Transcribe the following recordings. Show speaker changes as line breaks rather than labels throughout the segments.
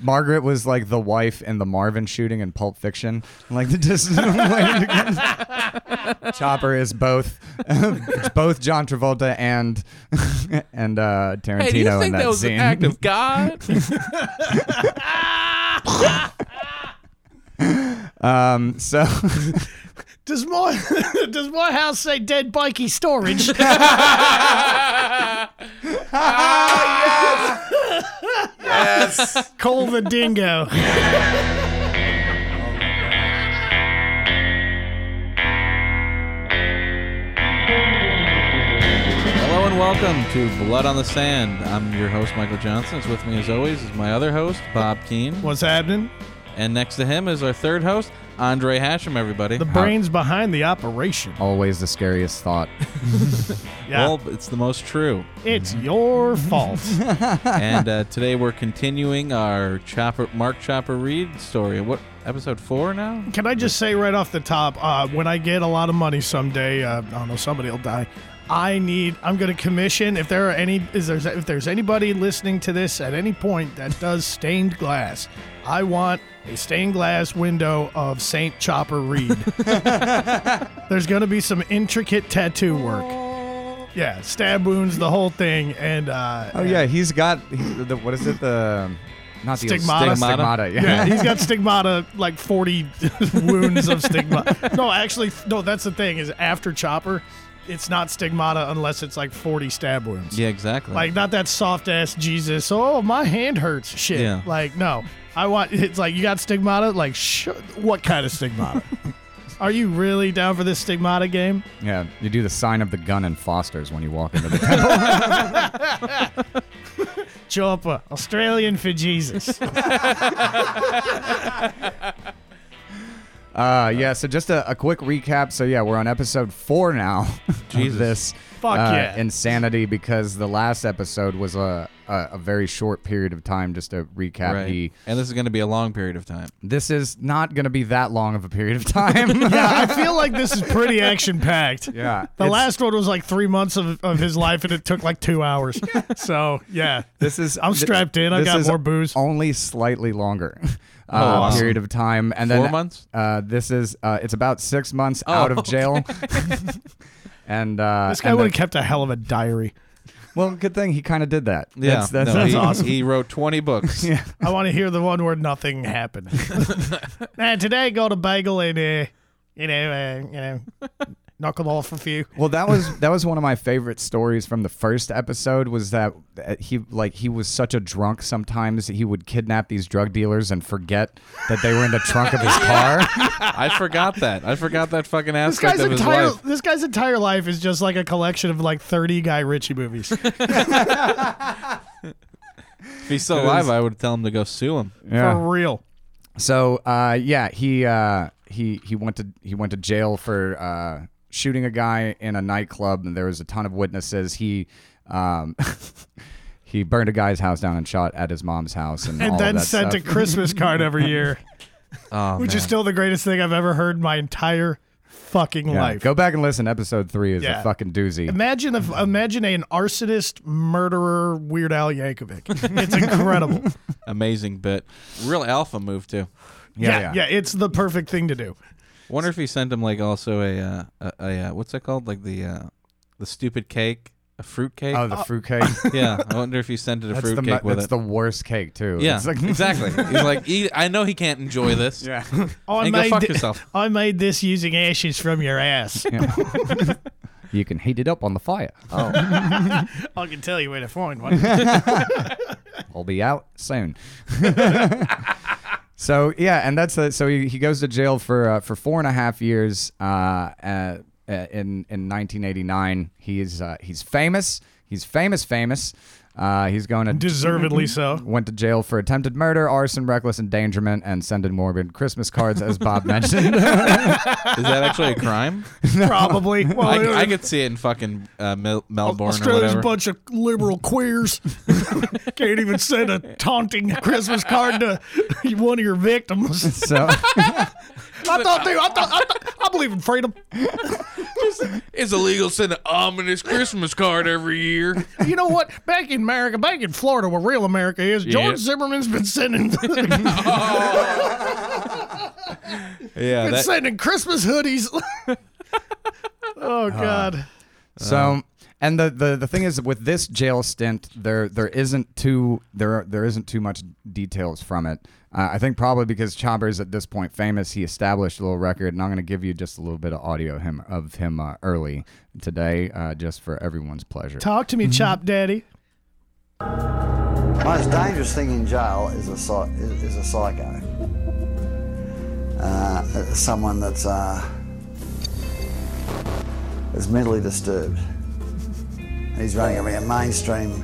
Margaret was like the wife in the Marvin shooting in Pulp Fiction. Like the dis- Chopper is both both John Travolta and and uh, Tarantino
Hey, do you
in
think
that,
that, was
scene.
an act of God?
um, so
Does my does my house say dead bikey storage?
Yes.
Call the dingo.
Hello and welcome to Blood on the Sand. I'm your host, Michael Johnson. It's with me as always is my other host, Bob Keane.
What's happening?
And next to him is our third host, Andre Hashem, everybody.
The brains behind the operation.
always the scariest thought.
Yeah,
Well, it's the most true.
it's your fault.
and uh, today we're continuing our Chopper Mark Chopper Reed story. What episode four now?
Can I just say right off the top, uh, when I get a lot of money someday, uh, I don't know, somebody will die. I need. I'm going to commission if there are any. Is there's if there's anybody listening to this at any point that does stained glass, I want a stained glass window of Saint Chopper Reed. there's going to be some intricate tattoo work. Yeah, stab wounds, the whole thing, and uh,
Oh yeah, he's got he, the what is it the not the
Stigmata.
stigmata yeah.
Yeah, he's got stigmata like 40 wounds of stigmata. No, actually, no, that's the thing is after Chopper, it's not stigmata unless it's like 40 stab wounds.
Yeah, exactly.
Like not that soft ass Jesus, oh, my hand hurts shit.
Yeah.
Like no. I want it's like you got stigmata, like sh- what kind of stigmata? Are you really down for this stigmata game?
Yeah, you do the sign of the gun in Foster's when you walk into the temple.
Chopper, Australian for Jesus.
uh, yeah, so just a, a quick recap. So yeah, we're on episode four now. of
Jesus.
this
Fuck
uh,
yeah.
insanity because the last episode was a, a a very short period of time. Just to recap,
Right.
he
And this is going to be a long period of time.
this is not going to be that long of a period of time.
I feel like this is pretty action packed.
yeah,
The
it's-
last one was like three months of, of his life, and it took like two hours. So yeah,
This is
I'm
thi-
strapped in. I've
this
got
is
more Oh, booze.
Only slightly longer uh,
awesome.
period of time, and
Four
then
months?
Uh, this is uh, it's about six months out of jail. and uh,
Oh, this guy
and
would
the-
have kept a hell of a diary.
well, good thing he kind of did that.
Yeah,
that's, that's,
no, he,
awesome.
He wrote 20 books.
Yeah.
I want to hear the one where nothing happened. Man, today I got a bagel and uh, you know, uh, you know, knock it off a few.
Well, that was that was one of my favorite stories from the first episode. Was that uh, he like he was such a drunk sometimes that he would kidnap these drug dealers and forget that they were in the trunk of his car.
I forgot that. I forgot that fucking
This
aspect
guy's
of his
entire
life.
this guy's entire life is just like a collection of like 30 Guy Ritchie movies.
If he's still alive, I would tell him to go sue him.
Yeah.
For real.
So uh, yeah, he uh, he he went to he went to jail for uh, shooting a guy in a nightclub, and there was a ton of witnesses. He um, he burned a guy's house down and shot at his mom's house, and, all
And
of
then
that
sent
stuff.
a Christmas card every year,
Oh,
which is
man.
still the greatest thing I've ever heard in my entire fucking
Yeah,
life.
Go back and listen. Episode three is
Yeah.
a fucking doozy.
Imagine if imagine an arsonist, murderer, Weird Al Yankovic. It's incredible.
amazing bit. Real alpha move too.
Yeah, yeah.
it's the perfect thing to do.
Wonder if he sent him like also a uh, a, a uh, what's that called? Like the uh, the stupid cake, a fruit cake.
Oh, the
Uh,
fruitcake.
yeah, I wonder if he sent it a
That's
fruit
the
cake
mu-
with
that's
it.
the worst cake too.
yeah,
It's like-
exactly. He's like, "Eat- I know he can't enjoy this.
yeah.
I
And go fuck yourself.
I made this using ashes from your ass.
You can heat it up on the fire. Oh.
I can tell you where to find one.
I'll be out soon. so yeah, and that's the, so he, he goes to jail for uh, for four and a half years. Uh, uh, uh, in in 1989, he's uh, he's famous. He's famous, famous. Uh, he's going to
Deservedly so.
went to jail for attempted murder, arson, reckless endangerment, and sending morbid Christmas cards, as Bob mentioned.
Is that actually a crime?
Probably. Well,
I, I could see it in fucking uh, Mel- Melbourne or
Australia's a
whatever.
bunch of liberal queers. Can't even send a taunting Christmas card to one of your victims.
so
I thought they, I, thought, I, thought, I believe in freedom.
Christmas is illegal. to Send an ominous Christmas card every year.
You know what? Back in America, back in Florida, where real America is, George Zimmerman's been sending been
Yeah, that,
sending Christmas hoodies.
Uh-huh.
oh God. Uh-huh.
So, and the, the the thing is, with this jail stint, there there isn't too there there isn't too much details from it. Uh, I think probably because Chopper's at this point famous, he established a little record, and I'm going to give you just a little bit of audio him of him uh, early today, uh, just for everyone's pleasure.
Talk to me,
Mm-hmm.
Chop Daddy.
Most dangerous thing in jail is a psy- is, is a psycho. Uh, it's someone that's uh, is mentally disturbed. And He's running around mainstream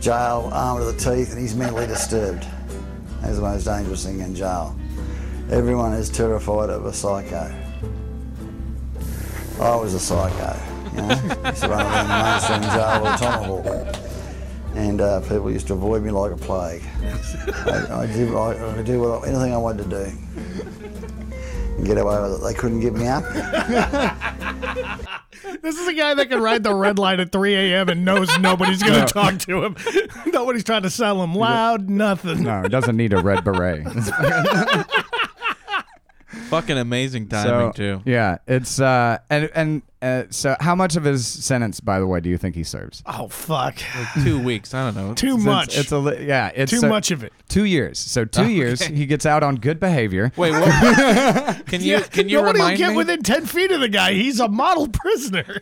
jail, armed to the teeth, and he's mentally disturbed. That's the most dangerous thing in jail. Everyone is terrified of a psycho. I was a psycho. You know? I used to run around the mainstream jail with a tomahawk and uh, people used to avoid me like a plague. I, I did, I, I could do what, anything I wanted to do and get away with it. They couldn't give me up.
This is a guy that can ride the red light at 3 a.m. and knows nobody's going to talk to him. Nobody's trying to sell him loud, nothing.
No, it doesn't need a red beret.
fucking amazing
so,
timing too.
Yeah, it's uh, and and uh, so how much of his sentence, by the way, do you think he serves?
Oh, fuck.
Two weeks. I don't know.
Too
Since
much.
It's a li- yeah. It's
Too
so-
much of it. Oh,
Two years. So two years. He gets out on good behavior.
Wait, what? can you can you
Nobody will
remind
get
me?
within 10 feet of the guy. He's a model prisoner.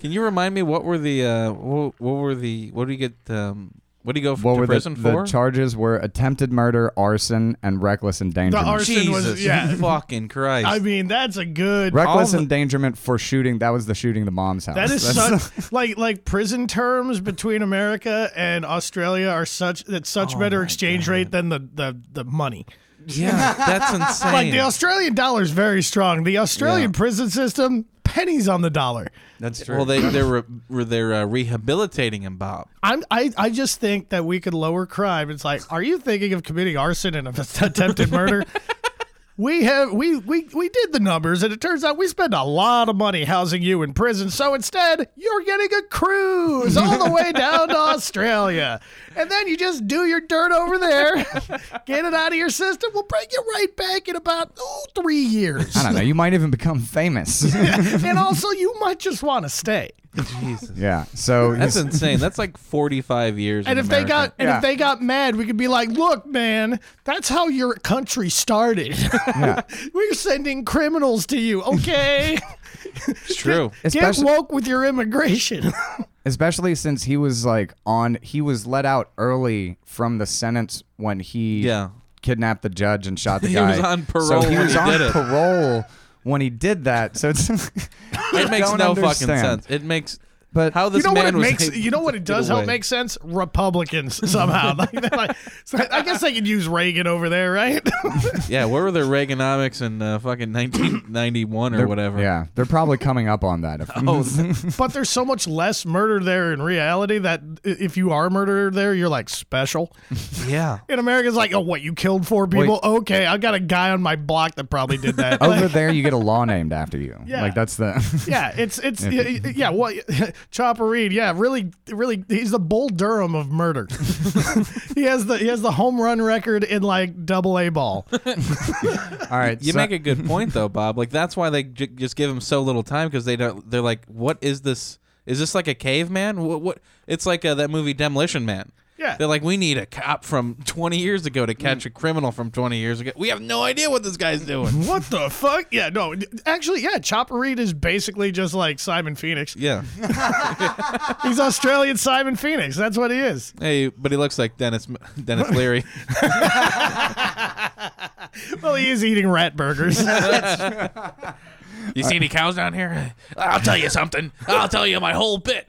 Can you remind me what were the uh what, what were the what do you get um what do you go for
What
to
were the,
prison
the
for?
charges? Were attempted murder, arson, and reckless endangerment.
The arson-
Jesus
was- yeah.
fucking Christ!
I mean, that's a good.
reckless
all the-
endangerment for shooting. That was the shooting the mom's house.
That is
That's-
such like like prison terms between America and Australia are such that's such better exchange rate than the the, the money.
yeah, that's insane.
Like the Australian dollar is very strong. The Australian prison system pennies on the dollar.
that's
well, they they're re- they're uh, rehabilitating him, Bob.
I'm, I I just think that we could lower crime. It's like, are you thinking of committing arson and attempted murder? We have we, we we did the numbers and it turns out we spend a lot of money housing you in prison. So instead, you're getting a cruise all the way down to Australia. And then you just do your dirt over there, get it out of your system. We'll bring you right back in about oh, three years.
I don't know. You might even become famous.
and also you might just want to stay.
Jesus,
yeah. So
that's
he's-
insane. That's like forty five years.
And
in
if they
America.
got and
Yeah.
if they got mad, we could be like, "Look, man, that's how your country started. We're sending criminals to you, okay?
it's true.
Get
especially
woke with your immigration."
especially since he was like on. He was let out early from the sentence when he
Yeah.
kidnapped the judge and shot the
He
guy.
was on parole
So he
when
was
he
on
did it.
parole when he did that. So it's
It makes
don't
no fucking
understand.
sense. It makes
But
how this
you know
man
what it
was
makes?
able
You know what
to
it
get
does help
away.
make sense? Republicans somehow. like, they're like- so I guess they could use Reagan over there, right?
Yeah, where were the Reaganomics in uh, fucking nineteen ninety one or whatever?
Yeah, they're probably coming up on that. If,
Oh, th-
but there's so much less murder there in reality that i- if you are a murderer there, you're like special.
yeah.
In America, it's like, oh, what you killed four people? Okay, I got a guy on my block that probably did that.
Oh,
over there, you get a law named after you.
Yeah.
Like that's the.
Yeah, it's it's yeah, yeah well, Chopper Reed, yeah, really, really, he's the Bull Durham of murder. he has the he has the home run record in like double A ball.
All right,
You
so-
make a good point though, Bob. Like that's why they j- just give him so little time because they don't. They're like, what is this? Is this like a caveman? What? what? It's like uh, that movie Demolition Man.
Yeah.
They're like, we need a cop from 20 years ago to catch a criminal from 20 years ago. We have no idea what this guy's doing.
What the fuck? Yeah, no, actually, yeah, Chopper Reed is basically just like Simon Phoenix.
yeah.
He's Australian Simon Phoenix. That's what he is.
Hey, but he looks like Dennis Dennis Leary.
Well, he is eating rat burgers.
you see any cows down here? I'll tell you something. I'll tell you my whole bit.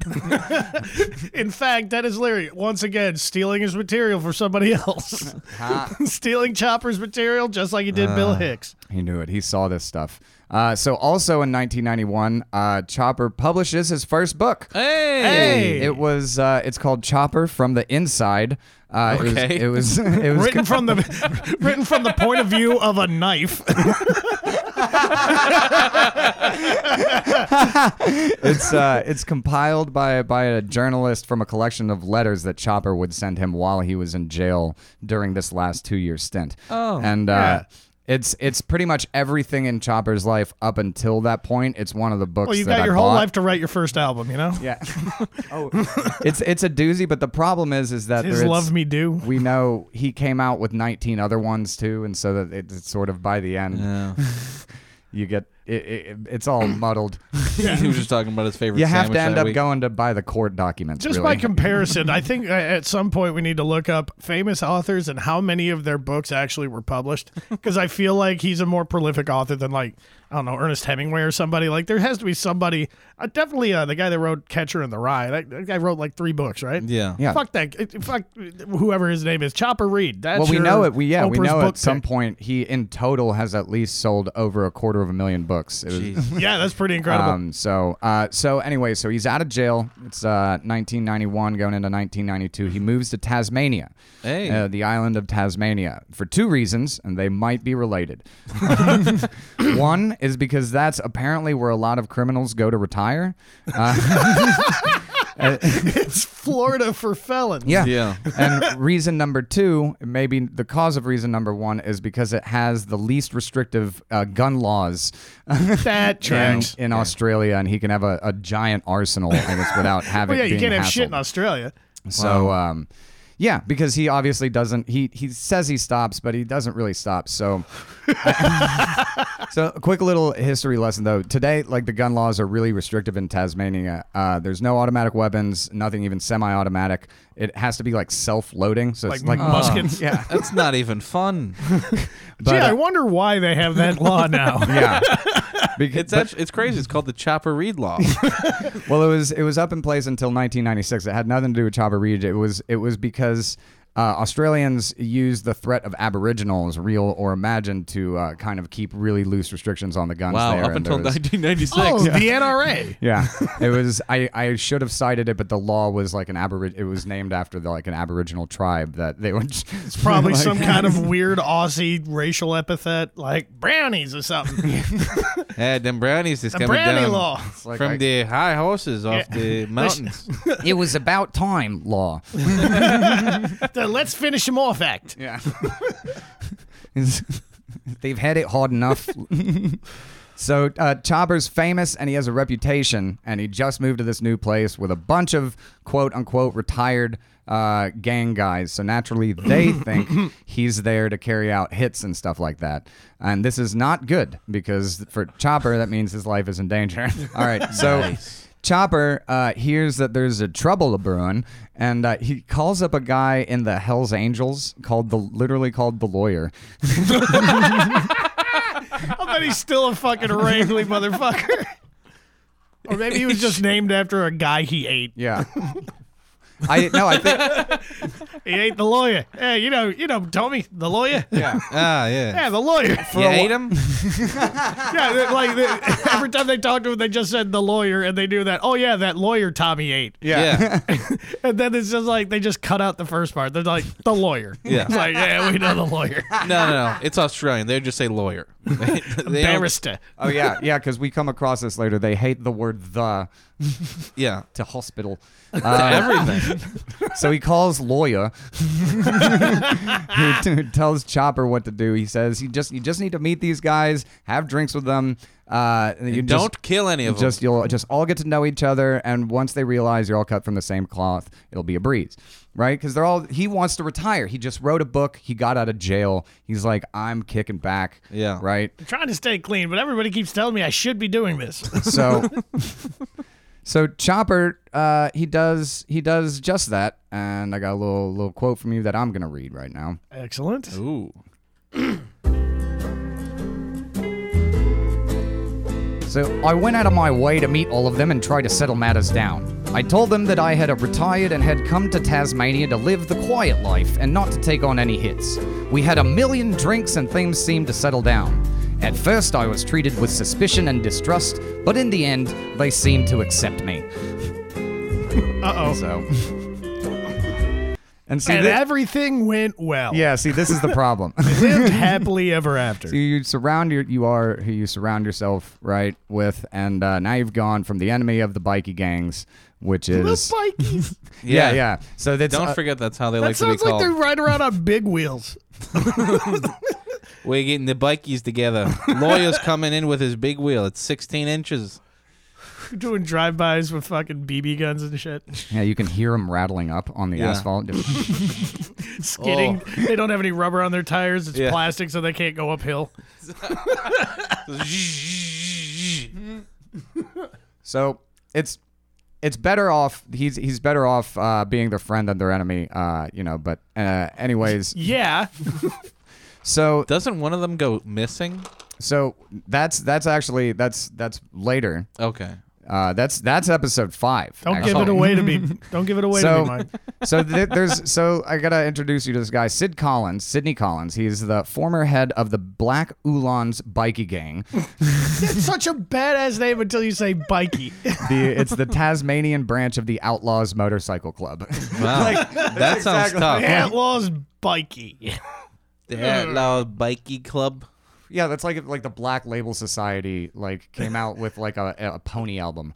in fact, Dennis Leary once again stealing his material for somebody else, stealing Chopper's material just like he did Bill Hicks.
He knew it. He saw this stuff. Uh, so also in 1991, uh, Chopper publishes his first book.
Hey.
Hey.
It was. Uh, it's called Chopper from the Inside. Uh,
Okay.
It was. It was. It was
written from the written from the point of view of a knife.
it's uh, it's compiled by by a journalist from a collection of letters that Chopper would send him while he was in jail during this last two year stint.
Oh.
and uh, it's it's pretty much everything in Chopper's life up until that point. It's one of the books.
Well, you
that
got
I
your whole
bought.
life to write your first album, you know?
Yeah. oh, it's it's a doozy, but the problem is is that
His
there- it's-
Love Me Do.
We know he came out with 19 other ones too, and so that it- it's sort of by the end
Yeah.
you get it, it, it's all muddled.
he was just talking about his favorite.
You have to
sandwich
end
that
up
week.
going to buy the court documents.
Just
really.
by comparison, I think uh, at some point we need to look up famous authors and how many of their books actually were published. Because I feel like he's a more prolific author than like I don't know Ernest Hemingway or somebody. Like there has to be somebody. Uh, definitely uh, the guy that wrote Catcher in the Rye. That, that guy wrote like three books, right?
Yeah.
Yeah.
Fuck that. it- Fuck uh, whoever his name is. Chopper Reed. That's
well, we
your
know it. We yeah, we
Oprah's
know
book
at some
pick.
point he in total has at least sold over a quarter of a million books. It was-
Jeez.
Yeah, that's pretty incredible.
Um, so, uh, so anyway, so he's out of jail. It's uh, 1991 going into 1992. He moves to Tasmania,
Hey.
uh, the island of Tasmania, for two reasons, and they might be related. One is because that's apparently where a lot of criminals go to retire. Uh,
it's Florida for felons.
Yeah.
Yeah.
and reason number two, maybe the cause of reason number one, is because it has the least restrictive uh, gun laws
that
in,
tracks.
in Australia, and he can have a, a giant arsenal, I guess, without having.
Well, yeah, you
being
can't have shit in
hassled.
Australia.
So um yeah, because he obviously doesn't he he says he stops, but he doesn't really stop. So So a quick little history lesson though. Today, like the gun laws are really restrictive in Tasmania. Uh, there's no automatic weapons, nothing even semi automatic. It has to be like self loading. So it's
Like
like uh,
muskets.
Yeah.
That's not even fun.
But,
Gee, I
uh,
wonder why they have that law now.
yeah. Because,
It's actually, it's crazy. It's called the Chopper Reed Law.
Well, it was it was up in place until 1996. It had nothing to do with Chopper Reed. It was it was because uh, Australians used the threat of Aboriginals, real or imagined, to uh, kind of keep really loose restrictions on the guns.
wow.
there,
Up
and
until
there was-
1996.
Oh, the NRA.
yeah, it was. I, I should have cited it, but the law was like an aborig. It was named after the, like an Aboriginal tribe that they were. It's
Probably some kind of weird Aussie racial epithet like brownies or something.
Yeah, them brownies is
The
coming
brownie
down
law.
like
from
I-
the high horses off the mountains.
It was about time law.
The let's finish him off act.
Yeah. They've had it hard enough. so uh, Chopper's famous and he has a reputation, and he just moved to this new place with a bunch of quote unquote retired uh, gang guys. So naturally, they think he's there to carry out hits and stuff like that. And this is not good because for Chopper, that means his life is in danger. All right. So. Chopper uh, hears that there's a trouble brewing, and uh, he calls up a guy in the Hell's Angels called the literally called the lawyer.
I bet he's still a fucking Wrigley motherfucker. Or maybe he was just named after a guy he ate.
Yeah, I no, I think
He ate the lawyer. Yeah, you know, you know, Tommy, the lawyer.
yeah.
ah, yeah.
Yeah, the lawyer.
you ate them?
Yeah, they- like they, every time they talked to him, they just said the lawyer, and they knew that. Oh yeah, that lawyer Tommy ate.
Yeah.
And then it's just like they just cut out the first part. They're like the lawyer.
Yeah.
It's like yeah, we know the lawyer.
No, no, no. It's Australian. They just say lawyer. They- they don't-
Barrister.
Oh yeah, yeah. Because we come across this later. They hate the word "the"
Yeah.
to hospital, Um,
To everything.
so he calls lawyer, who, who tells Chopper what to do. He says you just you just need to meet these guys, have drinks with them. Uh, and you just-
Don't kill any of them.
just you'll just all get to know each other and once they realize you're all cut from the same cloth it'll be a breeze right because they're all he wants to retire he just wrote a book he got out of jail he's like i'm kicking back
Yeah.
right
I'm trying to stay clean, but everybody keeps telling me I should be doing this.
so so chopper uh he does he does just that and i got a little little quote from you that i'm gonna read right now
Excellent.
Ooh.
So I went out of my way to meet all of them and try to settle matters down. I told them that I had a retired and had come to Tasmania to live the quiet life and not to take on any hits. We had a million drinks and things seemed to settle down. At first, I was treated with suspicion and distrust, but in the end, they seemed to accept me.
Uh oh.
So. And see,
and
thi-
everything went well.
yeah, see, this is the problem.
lived happily ever after.
So you surround your, you are who you surround yourself right with, and uh, now you've gone from the enemy of the bikey gangs, which is
bikies.
yeah, yeah. So that's
Don't
uh,
forget that's how they
That
like to be
sounds like
called.
they're riding around on big wheels.
We're getting the bikies together. Lawyer's coming in with his big wheel. It's 16 inches.
Doing drive-bys with fucking BB guns and shit.
yeah. You can hear them rattling up on the
Yeah.
asphalt.
Skidding. They don't have any rubber on their tires. It's
Oh. Yeah.
plastic, so they can't go uphill.
So it's it's better off. He's he's better off uh, being their friend than their enemy. Uh, you know. But uh, anyways,
Yeah.
so
Doesn't one of them go missing?
so that's that's actually that's that's later.
Okay.
Uh, that's that's episode five.
Don't give it
actually.
away to me. Don't give it away to
So-
me, Mike.
so th- there's so I gotta introduce you to this guy, Sid Collins, Sidney Collins. He's the former head of the Black Ulan's Bikey Gang.
That's such a badass name until you say bikey.
The, it's the Tasmanian branch of the Outlaws Motorcycle Club.
Wow. that sounds tough.
Outlaws bikey.
The Outlaw Bikey Club.
yeah, that's like like the Black Label Society like came out with like a, a pony album.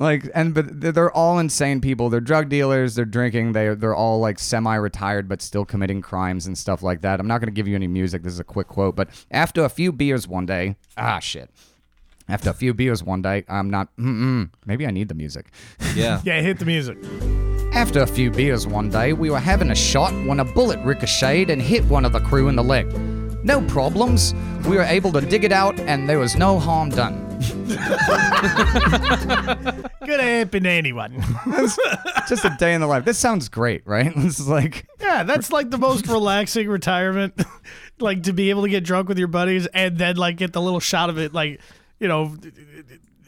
Like and but they're- they're all insane people. They're drug dealers. They're drinking. They they're all like semi-retired but still committing crimes and stuff like that. I'm not gonna give you any music. This is a quick quote. But after a few beers one day, ah shit. After a few beers one day, I'm not. Mm-mm, maybe I need the music.
Yeah.
Yeah, hit the music.
After a few beers one day, we were having a shot when a bullet ricocheted and hit one of the crew in the leg. No problems. We were able to dig it out, and there was no harm done.
Could happen to anyone.
Just a day in the life. This sounds great, right? This is like,
Yeah, that's like the most relaxing retirement. like to be able to get drunk with your buddies and then like get the little shot of it, like you know,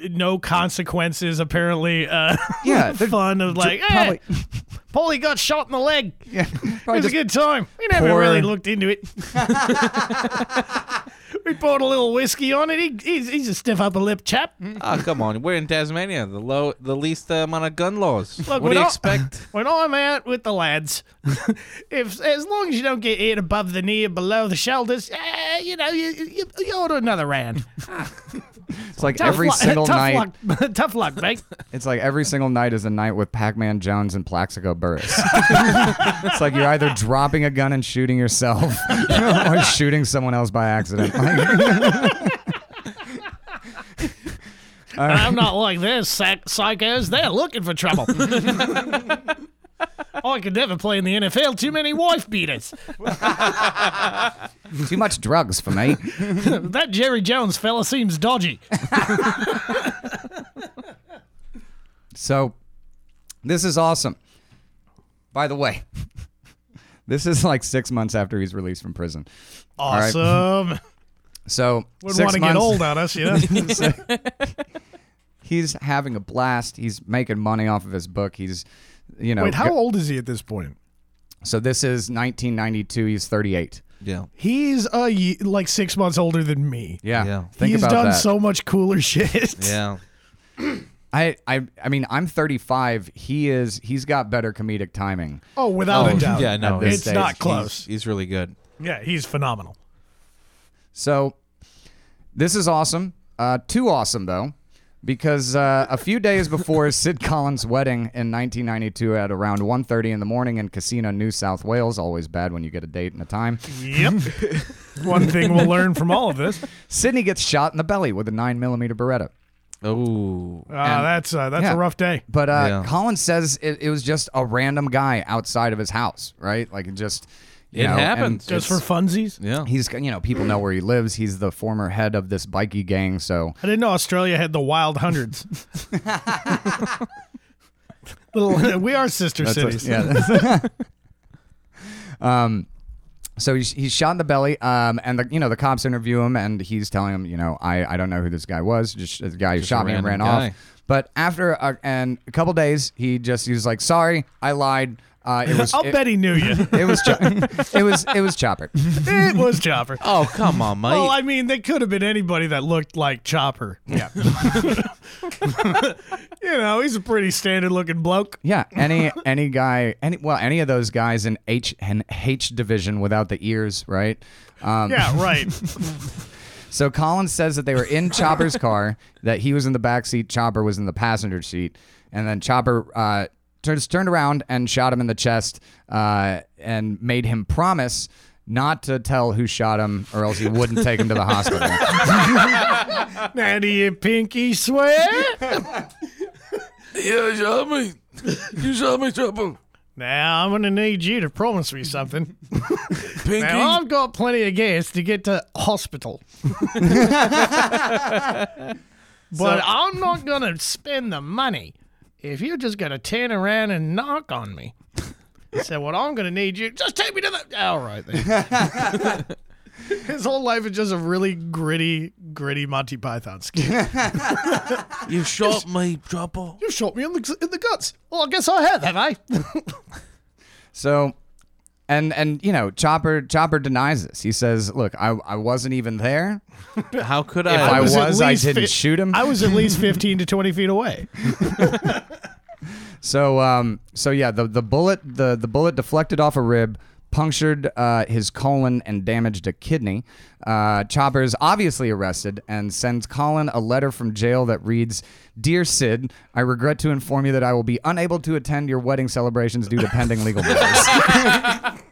no consequences apparently. Uh,
Yeah, they're
fun of like, hey,
probably-
Polly got shot in the leg.
yeah,
It
probably
was a
just
good time. We never
pour-
really looked into it. we poured a little whiskey on it. He, he's, he's a stiff upper lip chap.
Oh, come on. We're in Tasmania. The low, the least uh, amount of gun laws.
Look,
what
we
do you
don't-
expect?
When I'm out with the lads, if as long as you don't get hit above the knee or below the shoulders, eh, you know you you, you order another round.
it's like
Tough
every
luck-
single
tough
night.
Luck, tough luck, mate.
It's like every single night is a night with Pac-Man Jones and Plaxico Burris. it's like you're either dropping a gun and shooting yourself, or shooting someone else by accident.
I'm not like this sac- psychos. They're looking for trouble. I could never play in the NFL. Too many wife beaters.
Too much drugs for me.
That Jerry Jones fella seems dodgy.
So this is awesome. By the way, this is like six months after he's released from prison. right.
Awesome.
So
Wouldn't
six
want to get
months-
old on us, you know.
He's having a blast. He's making money off of his book. He's, you know.
Wait, how
go-
old is he at this point?
So this is 1992. He's 38.
Yeah.
He's a ye- like six months older than me.
Yeah.
Yeah.
Think
He's
about
done
that.
so much cooler shit.
Yeah.
I, I I mean I'm 35. He is. He's got better comedic timing.
Oh, without
Oh,
a doubt.
Yeah, no.
At this
it's
stage,
not
he's-
close.
He's really good.
yeah, he's phenomenal.
So this is awesome. Uh, too awesome, though, because uh, a few days before Sid Collins' wedding in 1992 at around 1.30 in the morning in Casino, New South Wales, always bad when you get a date and a time,
Yep. One thing we'll learn from all of this.
Sidney gets shot in the belly with a 9mm Beretta.
Oh.
Ah, that's uh, that's
yeah.
a rough day.
But uh,
Yeah.
Collins says it, it was just a random guy outside of his house, right? Like, it just... you
It
know, and
happens.
Just for funsies.
Yeah.
He's, you know, people know where he lives. He's the former head of this bikey gang, so...
I didn't know Australia had the wild hundreds. Little, we are sister cities.
That's what- yeah. um, so he's, he's shot in the belly, um, and the you know the cops interview him, and he's telling him, you know, I, I don't know who this guy was, just the guy who shot
a
me and ran
random guy.
off. But after a, and a couple days, he just he was like, sorry, I lied. Uh, it was.
I'll
it,
bet he knew you.
it was. Cho- it was. It was Chopper.
it was Chopper.
Oh come on, mate.
Well, I mean, they could have been anybody that looked like Chopper. Yeah. you know, he's a pretty standard looking bloke.
Yeah, any any guy, any well, any of those guys in H and H division without the ears, right? Um,
Yeah, right.
So Collins says that they were in Chopper's car, that he was in the back seat, Chopper was in the passenger seat, and then Chopper uh, turns turned around and shot him in the chest uh, and made him promise not to tell who shot him, or else he wouldn't take him to the hospital.
now, do you pinky swear?
yeah, shot me. You shot me, Chopper.
Now, I'm going to need you to promise me something.
Pinky.
Now, I've got plenty of gas to get to hospital. but I'm not going to spend the money if you're just going to turn around and knock on me. So what I'm going to need you, just take me to the... All right, then. His whole life is just a really gritty, gritty Monty Python skit.
you shot me, Chopper.
you shot me in the, in the guts. Well, I guess I have, eh? have I?
So, and and you know, Chopper Chopper denies this. He says, "Look, I I wasn't even there.
How could
If
I?
I
was
was,
at
I
least
didn't
fi-
shoot him.
I was at least 15 to 20 feet away.
So um so yeah the the bullet the the bullet deflected off a rib punctured uh, his colon and damaged a kidney. Uh, Chopper is obviously arrested and sends Colin a letter from jail that reads, "Dear Sid, I regret to inform you that I will be unable to attend your wedding celebrations due to pending legal matters."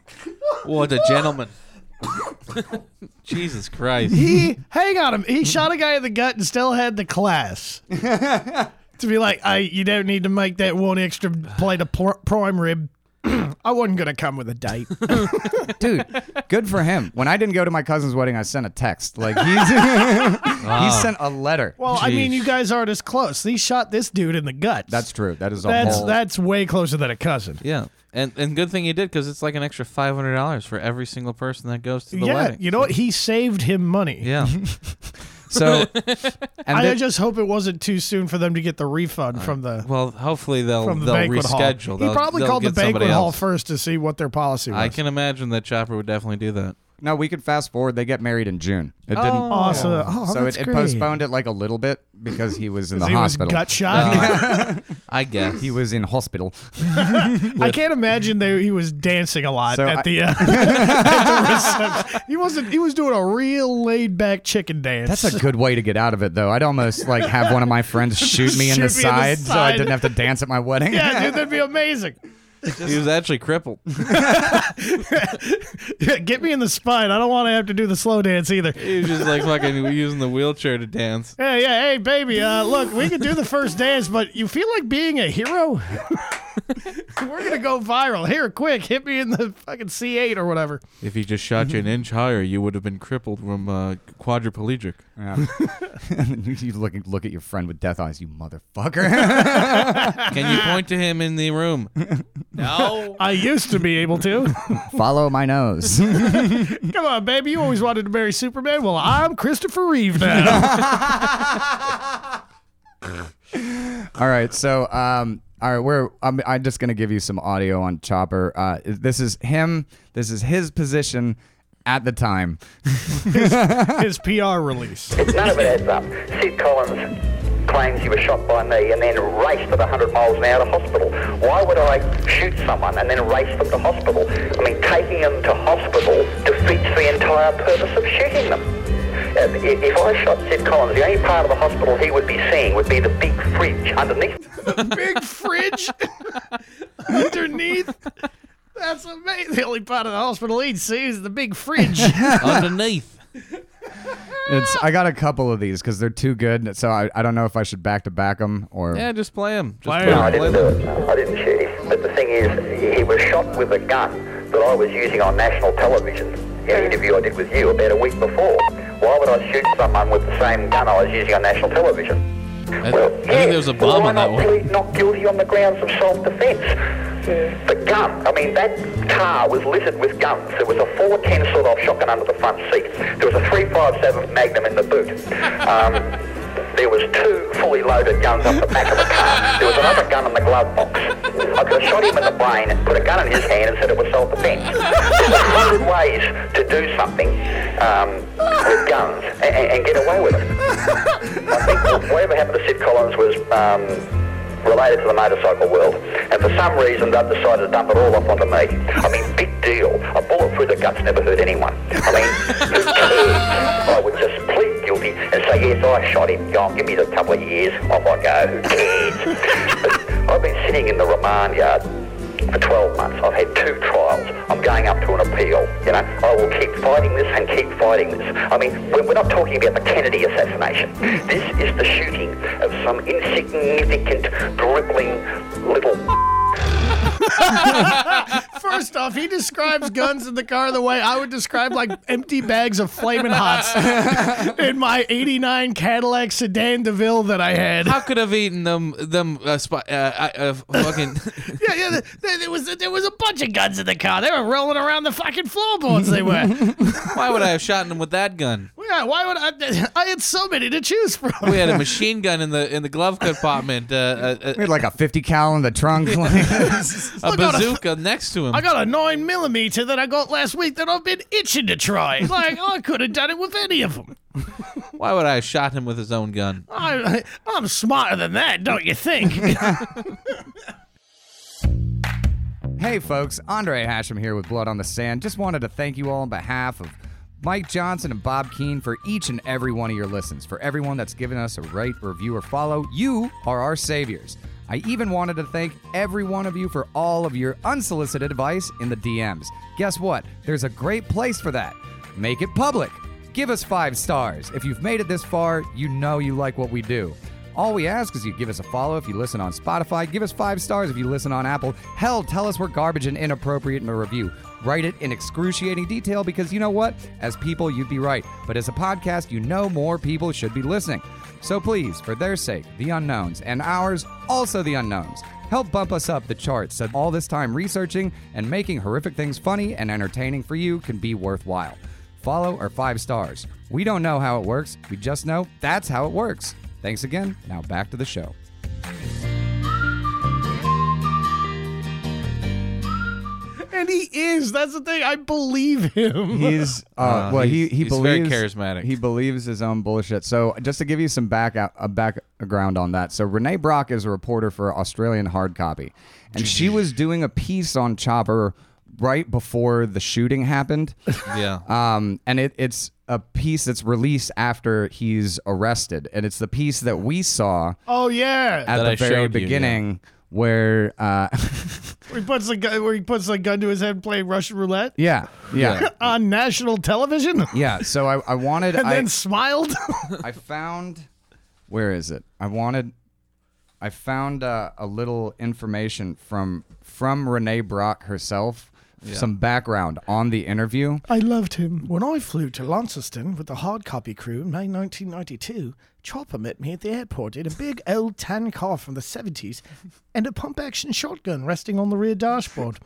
what a gentleman. Jesus Christ.
he hang on him. He shot a guy in the gut and still had the class. to be like, I you don't need to make that one extra plate of pr- prime rib. I wasn't gonna come with a date.
Dude, good for him. When I didn't go to my cousin's wedding, I sent a text. Like he's he sent a letter.
Well, I mean,
Jeez.
you guys aren't as close. He shot this dude in the guts.
That's true. That is a
that's
whole.
that's way closer than a cousin.
Yeah. And and good thing he did because it's like an extra five hundred dollars for every single person that goes to the
yeah,
wedding.
you know what? He saved him money.
Yeah.
so, and
I
thi-
just hope it wasn't too soon for them to get the refund from the
Well, hopefully they'll
from the
they'll
banquet
reschedule.
hall.
They'll-
he probably
they'll
called the
get somebody
banquet hall
else.
first to see what their policy was.
I can imagine that Chopper would definitely do that.
no, we could fast forward. They get married in June. It didn't.
awesome. Oh,
so
that's
it, it
great.
postponed it like a little bit because he was in the
he
hospital.
was gut shot.
I guess
he was in hospital.
I can't imagine that he was dancing a lot
So
at
I-
the, uh, at the reception. He wasn't. He was doing a real laid back chicken dance.
That's a good way to get out of it, though. I'd almost like have one of my friends shoot me in the,
Shoot me
side,
in the
so I
side.
didn't have to dance at my wedding.
yeah, dude, that'd be amazing.
he was actually crippled.
Get me in the spine. I don't want to have to do the slow dance either.
He was just like fucking using the wheelchair to dance.
Yeah, yeah. Hey, baby. Uh, look, we can do the first dance, but you feel like being a hero. We're gonna go viral here, quick. Hit me in the fucking C8 or whatever.
If he just shot you an inch higher, you would have been crippled from uh, quadriplegic.
Yeah. you look look at your friend with death eyes, you motherfucker.
Can you point to him in the room? No.
I used to be able to.
Follow my nose.
Come on, baby. You always wanted to marry Superman. Well, I'm Christopher Reeve now.
All right, so um, all right, we're I'm, I'm just gonna give you some audio on Chopper. Uh, this is him. This is his position at the time.
his PR release.
None of it adds up. Sid Collins claims he was shot by me and then raced at 100 miles an hour to hospital. Why would I shoot someone and then race them to hospital? I mean, taking them to hospital defeats the entire purpose of shooting them. Uh, If if I shot Sid Collins, the only part of the hospital he would be seeing would be the big fridge underneath
Big fridge underneath. That's amazing. The only part of the hospital he'd see is the big fridge.
Underneath.
It's I got a couple of these because they're too good, so I, I don't know if I should back to back them or
Yeah, just play him. Just
Play
play,
him.
No, I
play
didn't do
them.
it. No, I didn't shoot him. But the thing is, he was shot with a gun that I was using on national television in an interview I did with you about a week before. Why would I shoot someone with the same gun I was using on national television?
I,
Well,
I
yeah,
think there was a bomb
why
on that
not
one.
plead not guilty on the grounds of self-defence. The gun, I mean, that car was littered with guns. There was a 410 sawed-off shotgun under the front seat. There was a 357 Magnum in the boot. Um, There was two fully loaded guns up the back of the car. There was another gun in the glove box. I could have shot him in the brain, put a gun in his hand, and said it was self-defense. There's a hundred ways to do something um, with guns and, and get away with it. I think whatever happened to Sid Collins was um, related to the motorcycle world. And for some reason, they've decided to dump it all off onto me. I mean, big deal. A bullet through the guts never hurt anyone. I mean, who cares? I would just plead guilty and say, yes, I shot him. God, give me a couple of years. Off I go. Who cares? But I've been sitting in the remand yard for 12 months. I've had two trials. I'm going up to an appeal. You know, I will keep fighting this and keep fighting this. I mean, we're we're not talking about the Kennedy assassination. This is the shooting of some insignificant, dribbling little.
First off, he describes guns in the car the way I would describe like empty bags of flaming hots in my '89 Cadillac sedan DeVille that I had.
How could I have eaten them? Them uh, spi- uh, uh, fucking.
Yeah, yeah. th- th- There was there was a bunch of guns in the car. They were rolling around the fucking floorboards. They were.
why would I have shot them with that gun?
yeah, why would I? I had so many to choose from.
We had a machine gun in the in the glove compartment. Uh, a,
We had like a 50 cal in the trunk.
a, a bazooka next to him.
I got a nine millimeter that I got last week that I've been itching to try. Like I could have done it with any of them.
Why would I have shot him with his own gun?
I, I'm smarter than that, don't you think?
Hey, folks, Andre Hashem here with Blood on the Sand. Just wanted to thank you all on behalf of Mike Johnson and Bob Keane for each and every one of your listens. For everyone that's given us a rate, review, or follow, you are our saviors. I even wanted to thank every one of you for all of your unsolicited advice in the DMs. Guess what? There's a great place for that. Make it public. Give us five stars. If you've made it this far, you know you like what we do. All we ask is you give us a follow if you listen on Spotify, give us five stars if you listen on Apple. Hell, tell us we're garbage and inappropriate in a review. Write it in excruciating detail because you know what? As people, you'd be right. But as a podcast, you know more people should be listening. So please, for their sake, the unknowns, and ours, also the unknowns, help bump us up the charts so all this time researching and making horrific things funny and entertaining for you can be worthwhile. Follow or five stars. We don't know how it works, we just know that's how it works. Thanks again. Now back to the show.
and he is. That's the thing. I believe him.
He's uh,
Uh,
well, he
he's-
he
he's very
believes
charismatic.
He believes his own bullshit. So just to give you some back out, uh, background on that, so Renee Brock is a reporter for Australian Hard Copy, and she was doing a piece on Chopper right before the shooting happened.
Yeah.
Um, and it, it's a piece that's released after he's arrested, and it's the piece that we saw
Oh yeah.
at
That
the
I
very
showed you, yeah.
beginning, where uh,
Where he puts the gun, where he puts the gun to his head, playing Russian roulette
yeah, yeah, yeah,
on national television,
So I, I wanted
and
I,
then smiled.
I found where is it? I wanted I found uh, a little information from from Renee Brock herself, some background on the interview.
I loved him. When I flew to Launceston with the hard copy crew in May 1992, Chopper met me at the airport in a big old tan car from the 70s and a pump action shotgun resting on the rear dashboard.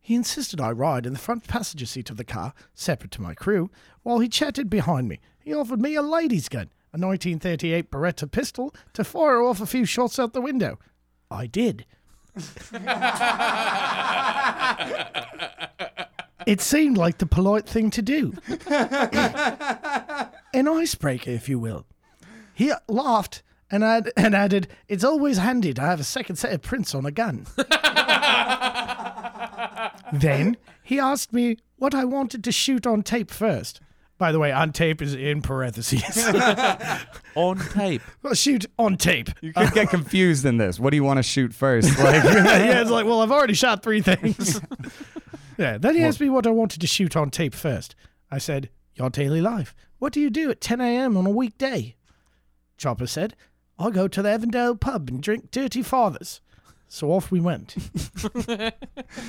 He insisted I ride in the front passenger seat of the car, separate to my crew, while he chatted behind me. He offered me a lady's gun, a 1938 Beretta pistol, to fire off a few shots out the window. I did. It seemed like the polite thing to do. An icebreaker, if you will. He laughed and, add, and added, It's always handy to have a second set of prints on a gun. then he asked me what I wanted to shoot on tape first. By the way, on tape is in parentheses.
On tape.
well, shoot on tape.
You could get confused in this. What do you want to shoot first? Like
yeah, it's like, well, I've already shot three things. yeah. Then he asked me what I wanted to shoot on tape first. I said, Your daily life. What do you do at 10 a.m. on a weekday? Chopper said, I go to the Avondale pub and drink Dirty Fathers. So off we went.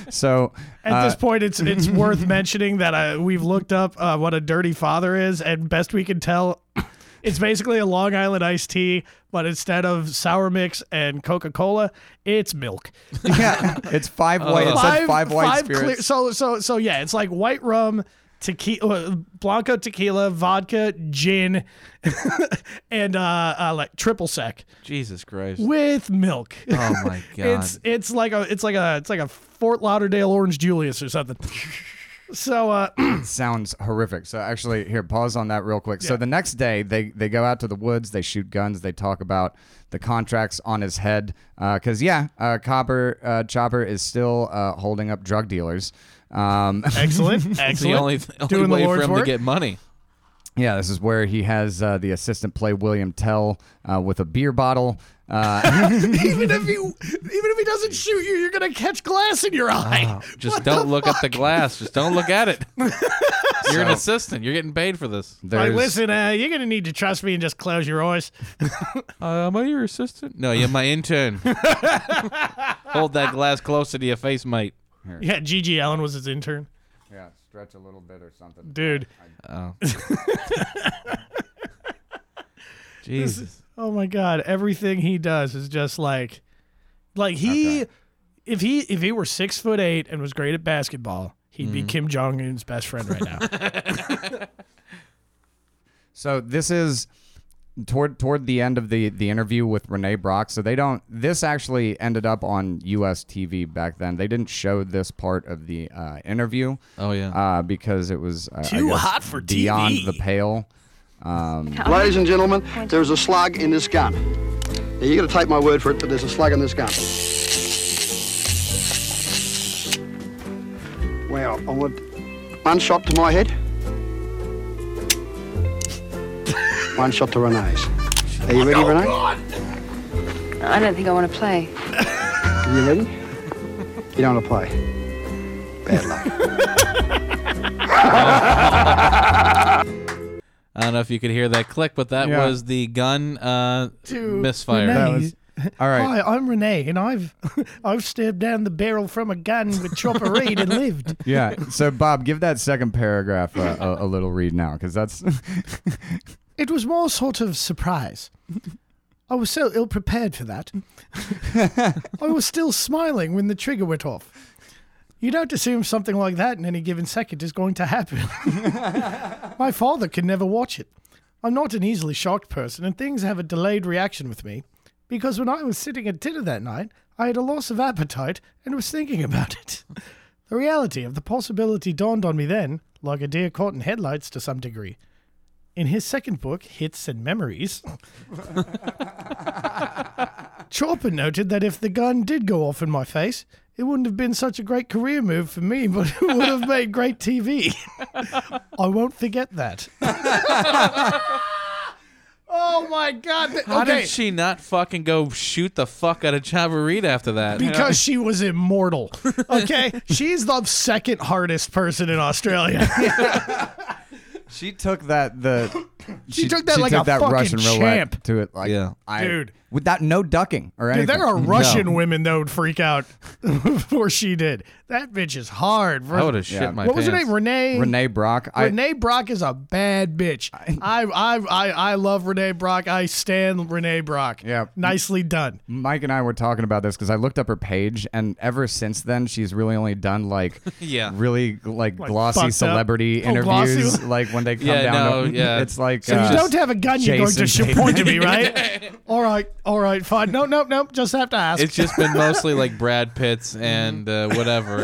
so
At
Uh,
this point, it's it's worth mentioning that uh, we've looked up uh, what a dirty father is, and best we can tell, it's basically a Long Island iced tea, but instead of sour mix and Coca Cola, it's milk.
yeah, it's uh, five white. it said five white
clear-
spirits.
so so so yeah, it's like white rum, tequila, Blanco tequila, vodka, gin, and uh, uh, like triple sec
Jesus Christ.
with milk.
Oh my God.
It's it's like a it's like a it's like a Fort Lauderdale Orange Julius or something. so uh,
sounds horrific. So actually, here, pause on that real quick. So the next day, they they go out to the woods. They shoot guns. They talk about the contracts on his head. Because yeah, uh, Copper uh, Chopper is still uh, holding up drug dealers. Um,
excellent,
It's the
excellent.
only, only
Doing the
way for
Lord's
him
work.
to get money.
yeah, this is where he has uh, the assistant play William Tell uh, with a beer bottle. Uh,
even if he even if he doesn't shoot you, you're gonna catch glass in your eye.
Just don't look at the glass. Just don't look at it. You're an assistant. You're getting paid for this.
there's,
Like, listen, uh, you're gonna need to trust me and just close your eyes.
Uh, am I your assistant? No, you're my intern. Hold that glass closer to your face, mate.
Yeah, Gigi Allen was his intern,
Yeah, stretch a little bit or something.
dude.
Oh. Jesus.
Oh my god, everything he does is just like, like he, if he if he were six foot eight and was great at basketball, he'd be Kim Jong Un's best friend right now.
So this is toward toward the end of the the interview with Renee Brock. So they don't. This actually ended up on U.S. TV back then. They didn't show this part of the uh, interview
Oh yeah.
uh, because it was uh, I
Too
guess,
hot for
beyond
TV.
the pale.
Ladies and gentlemen, there's a slug in this gun. Now, you got to take my word for it, but there's a slug in this gun. Wow, I want one shot to my head, one shot to Renee's. Are you ready, Renee?
I don't think I want to play.
Are you ready? You don't want to play. Bad luck.
I don't know if you could hear that click, but that
Yeah.
was the gun uh,
Dude,
misfire.
Renee.
That was- all right.
Hi, I'm Renee, and I've I've stabbed down the barrel from a gun with Chopper Reed and lived.
Yeah. So Bob, give that second paragraph a, a, a little read now, because that's
It was more sort of surprise. I was so ill prepared for that. I was still smiling when the trigger went off. You don't assume something like that in any given second is going to happen. My father could never watch it. I'm not an easily shocked person, and things have a delayed reaction with me because when I was sitting at dinner that night, I had a loss of appetite and was thinking about it. The reality of the possibility dawned on me then, like a deer caught in headlights to some degree in his second book, Hits and Memories, Chopper noted that if the gun did go off in my face, it wouldn't have been such a great career move for me, but it would have made great TV. I won't forget that. oh my God.
How did she not fucking go shoot the fuck out of Chava Reed after that?
because she was immortal. Okay, she's the second hardest person in Australia.
she took that the she,
took that like a
that
fucking
Russian roulette
champ.
to it like
Yeah.
I-
Dude.
without no ducking or anything.
Dude, there are Russian women that would freak out before she did. That bitch is hard.
I would have shit
Yeah.
my
what was her
pants.
name? Renee.
Renee Brock. I-
Renee Brock is a bad bitch. I, I I I love Renee Brock. I stand Renee Brock.
Yeah.
Nicely done.
Mike and I were talking about this because I looked up her page, and ever since then, she's really only done like,
Yeah.
really like,
Like,
glossy
fucked up.
celebrity
Oh, glossy.
interviews. Like when they come
Yeah,
down,
no,
to,
yeah.
it's like
If
uh,
you don't have a gun, you're going to
Jason
shoot point to me, right? all right, all right, fine. No, no, no. Just have to ask.
It's just been mostly like Brad Pitts and uh, whatever.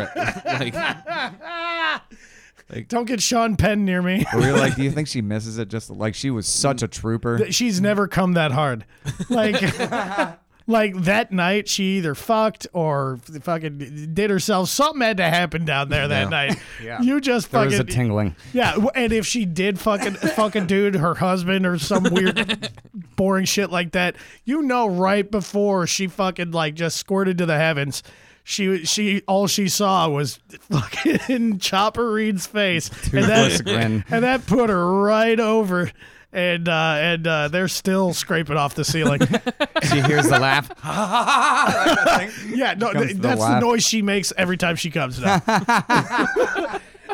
like,
Don't get Sean Penn near me.
we were like, do you think she misses it? Just like she was such a trooper.
she's never come that hard. Like, like that night, she either fucked or fucking did herself. Something had to happen down there that night.
Yeah.
You just
There
fucking
was a tingling.
yeah. w- And if she did fucking fucking dude, her husband or some weird boring shit like that, you know, right before she fucking like just squirted to the heavens. She, she, all she saw was fucking Chopper Reed's face, and
Toothless
that,
grin.
and that put her right over. And uh, and uh, they're still scraping off the ceiling.
She hears the laugh.
yeah, no,
Comes
th-
the
that's the,
laugh.
noise she makes every time she comes down.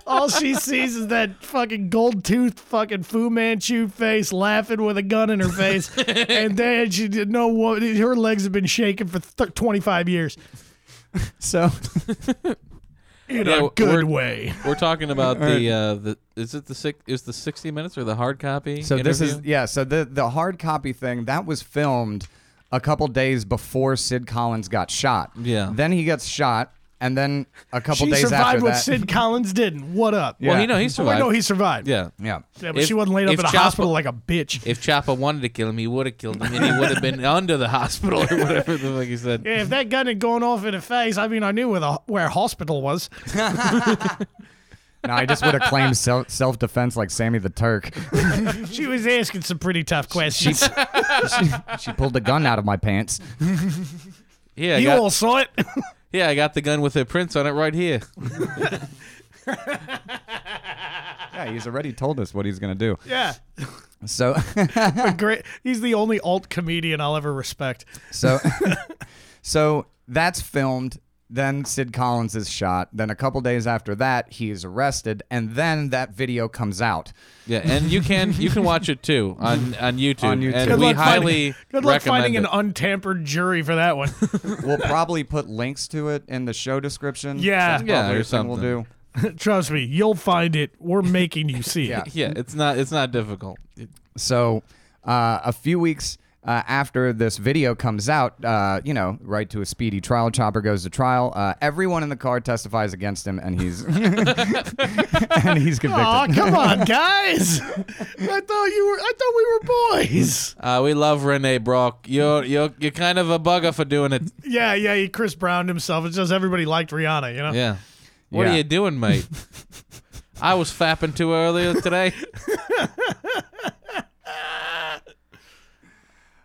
All she sees is that fucking gold tooth, fucking Fu Manchu face, laughing with a gun in her face, and then she didn't know what her legs have been shaking for th- 25 years.
So
in
Yeah,
a good
we're-
way.
We're talking about the uh, the is it the six is the sixty minutes or the hard copy?
So this is
interview?
yeah. So the the hard copy thing that was filmed a couple days before Sid Collins got shot.
Yeah.
Then he gets shot, and then a couple
She
days
survived
after
what
that,
Sid Collins didn't. What up?
Yeah.
Well, he no, he
Oh, I
survived.
know he survived.
yeah.
yeah.
Yeah, but
If-
she wasn't laid up
if
in a
Chapa-
hospital like a bitch.
If Choppa wanted to kill him, he would have killed him, and he would have been under the hospital or whatever the fuck he said.
Yeah, if that gun had gone off in the face, I mean, I knew where the where hospital was.
No, I just would have claimed self self defense like Sammy the Turk.
She was asking some pretty tough questions.
she pulled the gun out of my pants.
Yeah, I
you
got,
all saw it.
yeah, I got the gun with the prints on it right here.
Yeah, he's already told us what he's gonna do.
yeah,
So.
great. He's the only alt comedian I'll ever respect.
So, so that's filmed. Then Sid Collins is shot. Then a couple days after that, he is arrested, and then that video comes out.
Yeah, and you can you can watch it too on on YouTube.
On YouTube.
And
Good
we
luck
highly
finding, good luck
recommend
finding
it.
an untampered jury for that one.
We'll probably put links to it in the show description.
Yeah.
That's
Yeah,
probably
or
a thing We'll do.
something.
Trust me, you'll find it. We're making you see
Yeah.
it.
yeah, it's not it's not difficult.
So, uh, a few weeks uh, after this video comes out, uh, you know, right to a speedy trial. Chopper goes to trial. Uh, everyone in the car testifies against him, and he's and he's convicted.
Aw, come on, guys! I thought you were. I thought we were boys.
Uh, we love Renee Brock. You're you're you're kind of a bugger for doing it.
Yeah, yeah, he Chris Browned himself. It's just everybody liked Rihanna, you know?
Yeah. What
Yeah.
are you doing, mate? I was fapping too earlier today.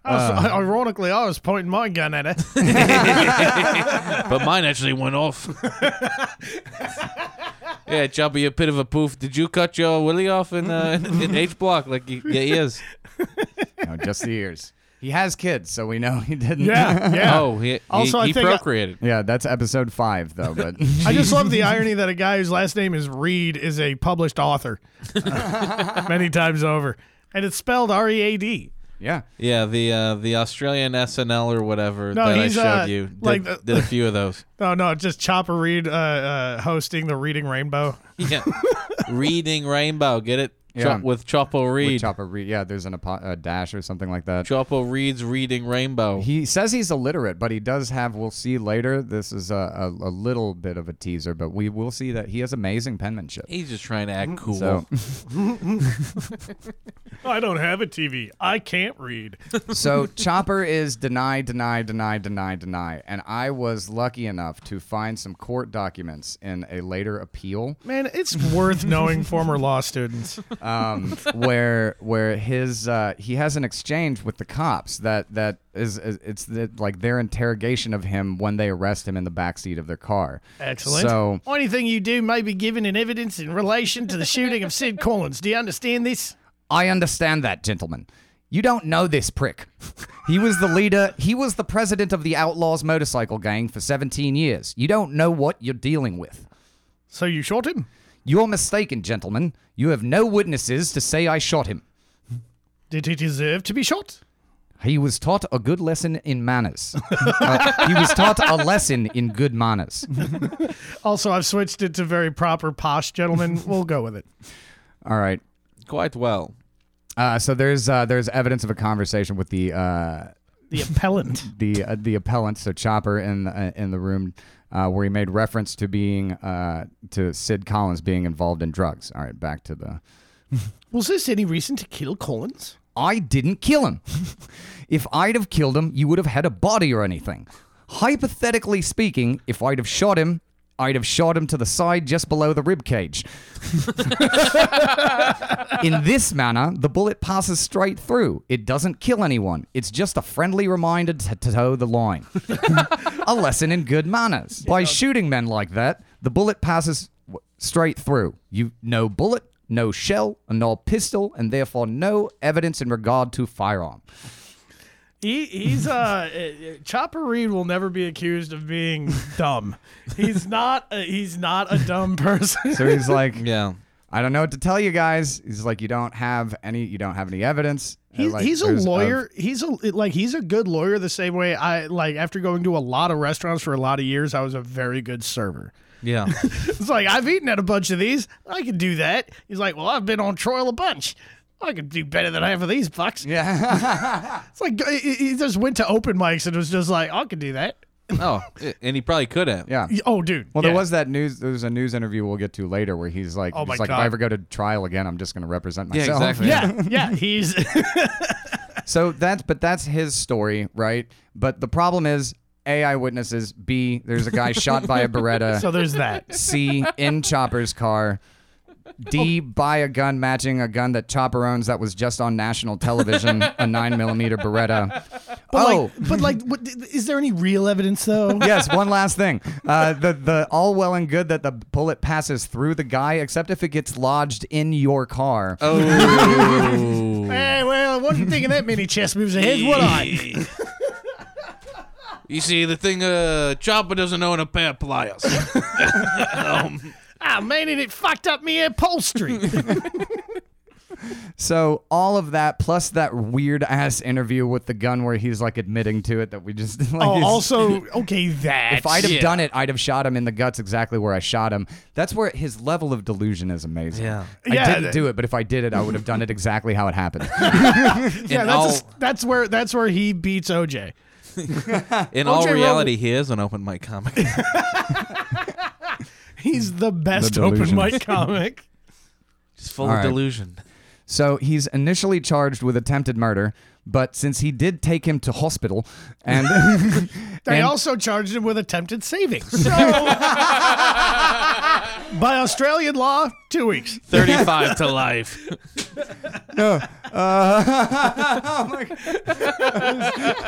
I was, ironically, I was pointing my gun at her.
but mine actually went off. yeah, Chubby, a bit of a poof. Did you cut your willy off in uh, in H block like y- your ears?
No, just the ears. He has kids, so we know he didn't.
yeah, yeah.
Oh, he, he,
Also, I
he
think I-
procreated.
Yeah, that's episode five though. But
I just love the irony that a guy whose last name is Reed is a published author many times over. And it's spelled R E A D.
yeah,
yeah, the uh, the Australian SNL or whatever
No,
that I
he's,
showed
uh,
you did,
like the-
did a few of those.
No, no, just Chopper Reed uh, uh, hosting the Reading Rainbow.
Yeah, reading Rainbow, get it? Cho-
Yeah.
with Chopper
With
Reed.
Chopper Reed. Yeah, there's an apo- a dash or something like that.
Chopper Reed's reading Rainbow.
He says he's illiterate, but he does have. We'll see later. This is a, a, a little bit of a teaser, but we will see that he has amazing penmanship.
He's just trying to act cool.
Mm-hmm. So,
I don't have a TV. I can't read.
so Chopper is deny, deny, deny, deny, deny, and I was lucky enough to find some court documents in a later appeal.
Man, it's worth knowing former law students.
um, where where his uh, he has an exchange with the cops that that is, is it's the, like their interrogation of him when they arrest him in the backseat of their car.
Excellent.
So
anything you do may be given in evidence in relation to the shooting of Sid Collins. Do you understand this?
I understand that, gentlemen. You don't know this prick. He was the leader. He was the president of the Outlaws motorcycle gang for 17 years. You don't know what you're dealing with.
So you shot him?
You're mistaken, gentlemen. You have no witnesses to say I shot him.
Did he deserve to be shot?
He was taught a good lesson in manners. Uh, he was taught a lesson in good manners.
Also, I've switched it to very proper posh gentlemen. We'll go with it.
All right.
Quite well.
Uh, so there's uh, there's evidence of a conversation with the uh,
The appellant.
the uh, the appellant, so Chopper in uh, in the room uh, where he made reference to being uh, to Sid Collins being involved in drugs. All right, back to the.
Was this any reason to kill Collins?
I didn't kill him. if I'd have killed him, you would have had a body or anything. Hypothetically speaking, if I'd have shot him, I'd have shot him to the side just below the rib cage. In this manner, the bullet passes straight through. It doesn't kill anyone. It's just a friendly reminder to to toe the line. a lesson in good manners. By shooting men like that, the bullet passes w- straight through. You no bullet, no shell, and no pistol, and therefore no evidence in regard to firearm.
He, he's uh, uh, Chopper Reed will never be accused of being dumb. He's not. A, he's not a dumb person.
So he's like,
Yeah.
I don't know what to tell you guys. He's like, you don't have any, you don't have any evidence.
He,
And, like,
he's a
there's
lawyer. he's a like he's a good lawyer. The same way I like after going to a lot of restaurants for a lot of years, I was a very good server.
Yeah.
It's like I've eaten at a bunch of these. I can do that. He's like, well, I've been on trial a bunch. I could do better than half of these bucks.
Yeah.
It's like he- he he just went to open mics and was just like, I could do that.
oh, and he probably could have.
yeah.
Oh, dude.
Well, there
yeah.
was that news. There was a news interview we'll get to later where he's like,
Oh my
he's like, if
God.
I ever go to trial again, I'm just going to represent
Yeah,
myself.
exactly.
Yeah, yeah. He's
So that's but that's his story, right? But the problem is A eyewitnesses, B there's a guy shot by a Beretta,
so there's that.
C in Chopper's car, D by a gun matching a gun that Chopper owns that was just on national television, a 9 millimeter Beretta. oh,
Like, but like, what, is there any real evidence though?
yes, one last thing. Uh, the the all well and good that the bullet passes through the guy except if it gets lodged in your car.
Oh.
Hey, well, I wasn't thinking that many chess moves ahead, would I?
you see, the thing, uh, Chopper doesn't own a pair of pliers.
Ah, man, and it fucked up me upholstery.
So all of that, plus that weird ass interview with the gun where he's like admitting to it that we just like.
oh,
he's-
also, okay, that.
if I'd have
yeah.
done it, I'd have shot him in the guts exactly where I shot him. That's where his level of delusion is amazing.
Yeah.
I
Yeah,
didn't
that-
do it, but if I did it, I would have done it exactly how it happened.
yeah,
in
that's, a
all,
s- that's where that's where he beats OJ.
in all
OJ
reality, he is an open mic comic.
He's the best
The
open
delusions.
mic comic.
He's full
All
of
right.
delusion.
so he's initially charged with attempted murder, but since he did take him to hospital, and
They
And-
also charged him with attempted savings. So, by Australian law, two weeks.
35 to life.
Uh, oh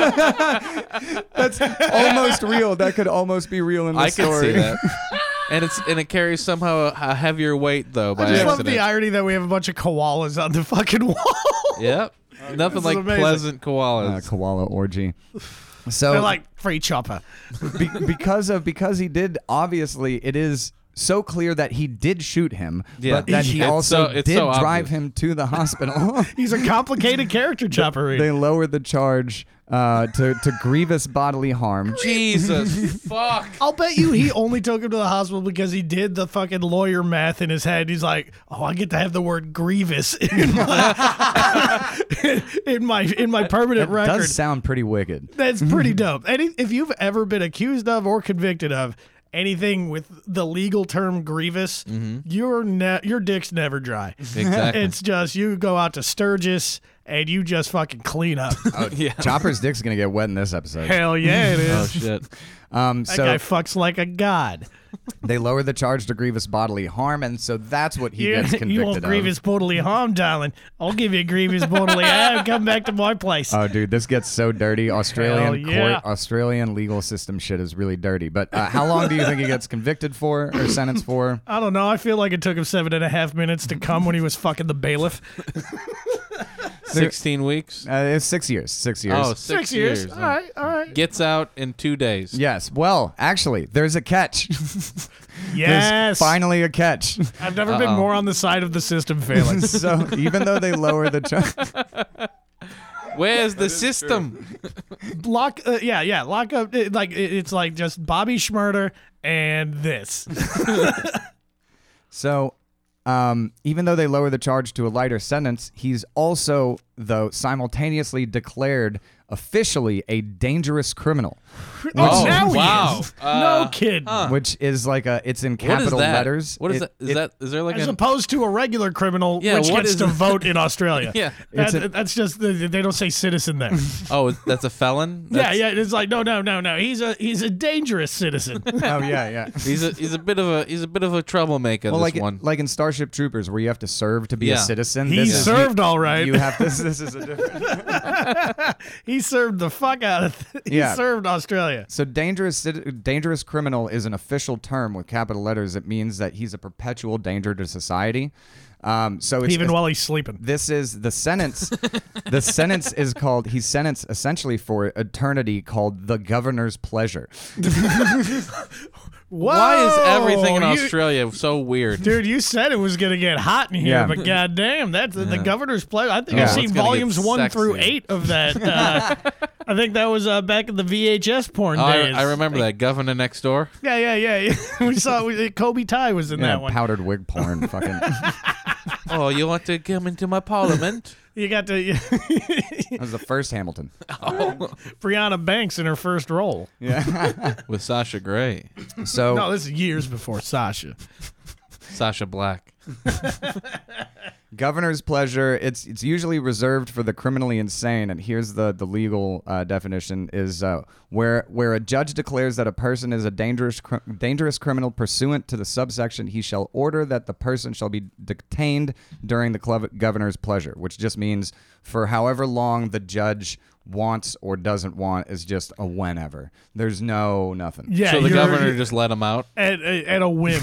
that's almost real. That could almost be real in the
I can
story.
see that. And it's and it carries somehow a heavier weight though by
I just love
accident.
the irony that we have a bunch of koalas on the fucking wall.
Yep. Nothing
Oh, is
like
amazing.
pleasant
Uh,
koalas.
koala orgy. So
They're like free chopper.
be- because of because he did obviously it is so clear that he did shoot him
Yeah.
but that he
It's
also
so- it's
did
so obvious.
drive him to the hospital
He's a complicated character chopper. Reed.
they lowered the charge uh, to, to grievous bodily harm
Jesus fuck.
I'll bet you he only took him to the hospital because he did the fucking lawyer math in his head. He's like, "Oh, I get to have the word grievous in my in my, in my permanent
that
record."
does sound pretty wicked
That's pretty dope. Any, if you've ever been accused of or convicted of anything with the legal term grievous, your ne- your dick's never dry.
Exactly.
It's just you go out to Sturgis and you just fucking clean up.
yeah.
chopper's dick's gonna get wet in this episode
Hell yeah, it
Oh
is.
shit.
um,
that
so
guy fucks like a god.
they lowered the charge to grievous bodily harm and so that's what he
You-
gets convicted
you want
of
grievous bodily harm, darling? I'll give you grievous bodily harm. Come back to my place.
Oh, dude, this gets so dirty.
Hell
Australian
yeah.
court, Australian legal system shit is really dirty. But uh, how long do you think he gets convicted for or sentenced for?
I don't know. I feel like it took him seven and a half minutes to come when he was fucking the bailiff.
16 weeks.
Uh, it's six years. Six years.
Oh, six years.
All right, all right.
Gets out in 2 days.
Yes. Well, actually, there's a catch. There's
Yes.
finally a catch.
I've never been more on the side of the system failing.
so even though they lower the charge,
Where's the system?
lock, uh, yeah, yeah, lock up. It, like it- it's like just Bobby Schmurder and this.
so um, even though they lower the charge to a lighter sentence, he's also though simultaneously declared officially a dangerous criminal,
Oh,
Oh,
now he
wow.
is.
Uh,
no kid.
which is like a it's in
What is
capital
that?
letters.
What is
It-
that? Is
it-
that is there like
As
an
opposed to a regular criminal,
Yeah,
which
what
gets
is
to
it?
vote in Australia.
Yeah.
That,
It's a-
that's just they don't say citizen there.
Oh, that's a felon?
yeah,
That's,
yeah. It's like no, no, no, no. He's a he's a dangerous citizen.
Oh yeah, yeah.
He's a he's a bit of a he's a bit of a troublemaker
Well,
this
like
one.
like in Starship Troopers, where you have to serve to be a
Yeah.
citizen.
he
this is-
served all right.
You have this. This is a different.
he served the fuck out of. he
Yeah.
served Australia.
So dangerous cit- dangerous criminal is an official term with capital letters. It means that he's a perpetual danger to society. Um, so it's,
Even while he's sleeping.
this is the sentence. the sentence is called he's sentenced essentially for eternity called the governor's pleasure.
Why is
Whoa,
everything in
you-
Australia so weird?
Dude, you said it was gonna get hot in here,
Yeah.
but goddamn, that's the governor's pledge. I think
Yeah.
I've
Well,
seen
it's gonna get
volumes one through
sexy.
eight of that. Uh, I think that was uh, back in the VHS porn
Oh, I,
days.
I remember that governor next door.
Yeah, yeah, yeah. we saw it, Kobe Ty was in
Yeah,
that one.
powdered wig porn. fucking. That
Oh, you want to come into my parliament?
you got to
was the first Hamilton.
Brianna Banks in her first role.
With Sasha Gray,
So
No, this is years before Sasha.
Sasha Black.
governor's pleasure it's it's usually reserved for the criminally insane and here's the the legal uh, definition is uh, where where a judge declares that a person is a dangerous cr- dangerous criminal pursuant to the subsection he shall order that the person shall be detained during the clev- governor's pleasure which just means for however long the judge wants or doesn't want is just a whenever there's no nothing
Yeah,
so the
you're-
governor just let him out.
at, at at a whim.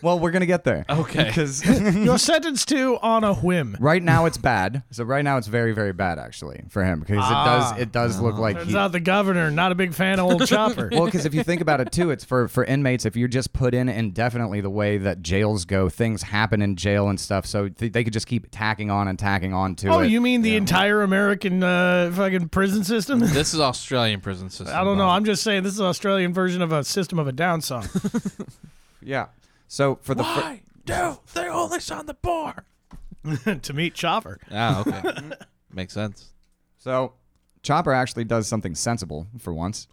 well we're gonna get there
Okay.
because
You're sentenced to on a whim.
Right now it's bad. So right now it's very very bad actually for him because it does it does look like
Turns
he,
out the governor not a big fan of old Chopper.
well because if you think about it too, it's for for inmates. If you're just put in indefinitely, the way that jails go, things happen in jail and stuff. So th- they could just keep tacking on and tacking on to
oh,
it.
you mean the entire American uh, fucking prison system?
This is Australian prison system.
I don't know.
Bob.
I'm just saying this is an Australian version of a System of a Down song.
yeah. So for the fir-
Why do they always on the bar?
to meet Chopper.
Ah, okay. Makes sense.
so Chopper actually does something sensible for once.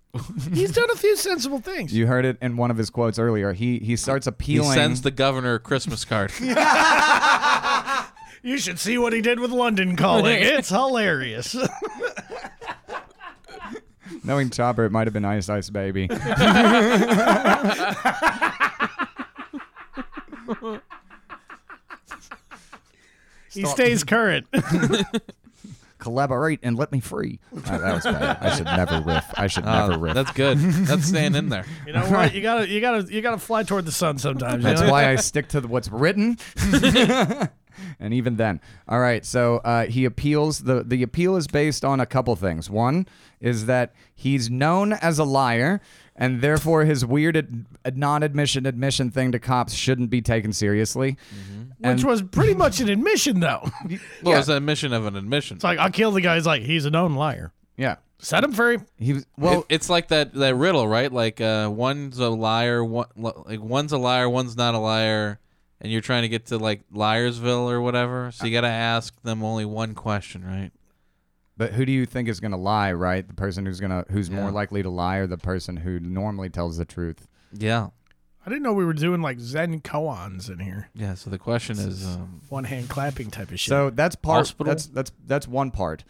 He's done a few sensible things.
You heard it in one of his quotes earlier. He he starts
He
appealing.
sends the governor a Christmas card.
You should see what he did with London Calling. it's hilarious.
knowing Chopper, it might have been Ice Ice Baby.
he stays current.
Collaborate and let me free. Uh, that was bad. I should never riff. I should never
Oh,
riff.
that's good. That's staying in there.
You know what? You gotta, you gotta, you gotta fly toward the sun sometimes. you
That's
know?
why I stick to what's written. and even then. All right. So uh, he appeals. The, the appeal is based on a couple things. One is that he's known as a liar, and therefore his weird ad- non admission admission thing to cops shouldn't be taken seriously.
Which was pretty much an admission, though. it's
Well, it's an admission of an admission.
like I killed the guy. He's like, he's a known liar.
Yeah.
Set him free.
He was,
It-
well,
it's like that, that riddle, right? Like uh, one's a liar, one like one's a liar, one's not a liar, and you're trying to get to like Liarsville or whatever. So you got to ask them only one question, right?
but who do you think is going to lie, right? The person who's going to, who's more likely to lie or the person who normally tells the truth?
Yeah,
I didn't know we were doing like Zen koans in here.
yeah. So the question is, um,
One hand clapping type of shit.
So that's part.
Hospital?
That's that's that's one part.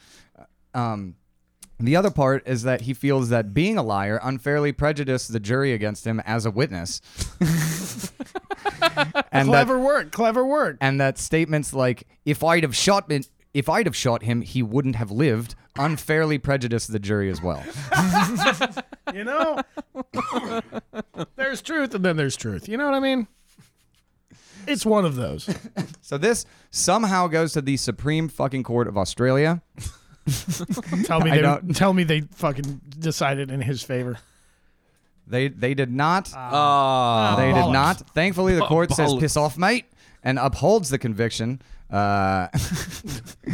Um, the other part is that he feels that being a liar unfairly prejudiced the jury against him as a witness. and that,
clever work, clever work.
and that statements like if I'd have shot him, if I'd have shot him, he wouldn't have lived unfairly prejudiced the jury as well.
You know, there's truth and then there's truth. You know what I mean? It's one of those.
So this somehow goes to the Supreme fucking Court of Australia.
Tell me
I
they
don't-
tell me they fucking decided in his favor.
They they did not
ah,
They
Bollocks.
did not. Thankfully, the court says
bollocks.
piss off, mate, and upholds the conviction. Uh,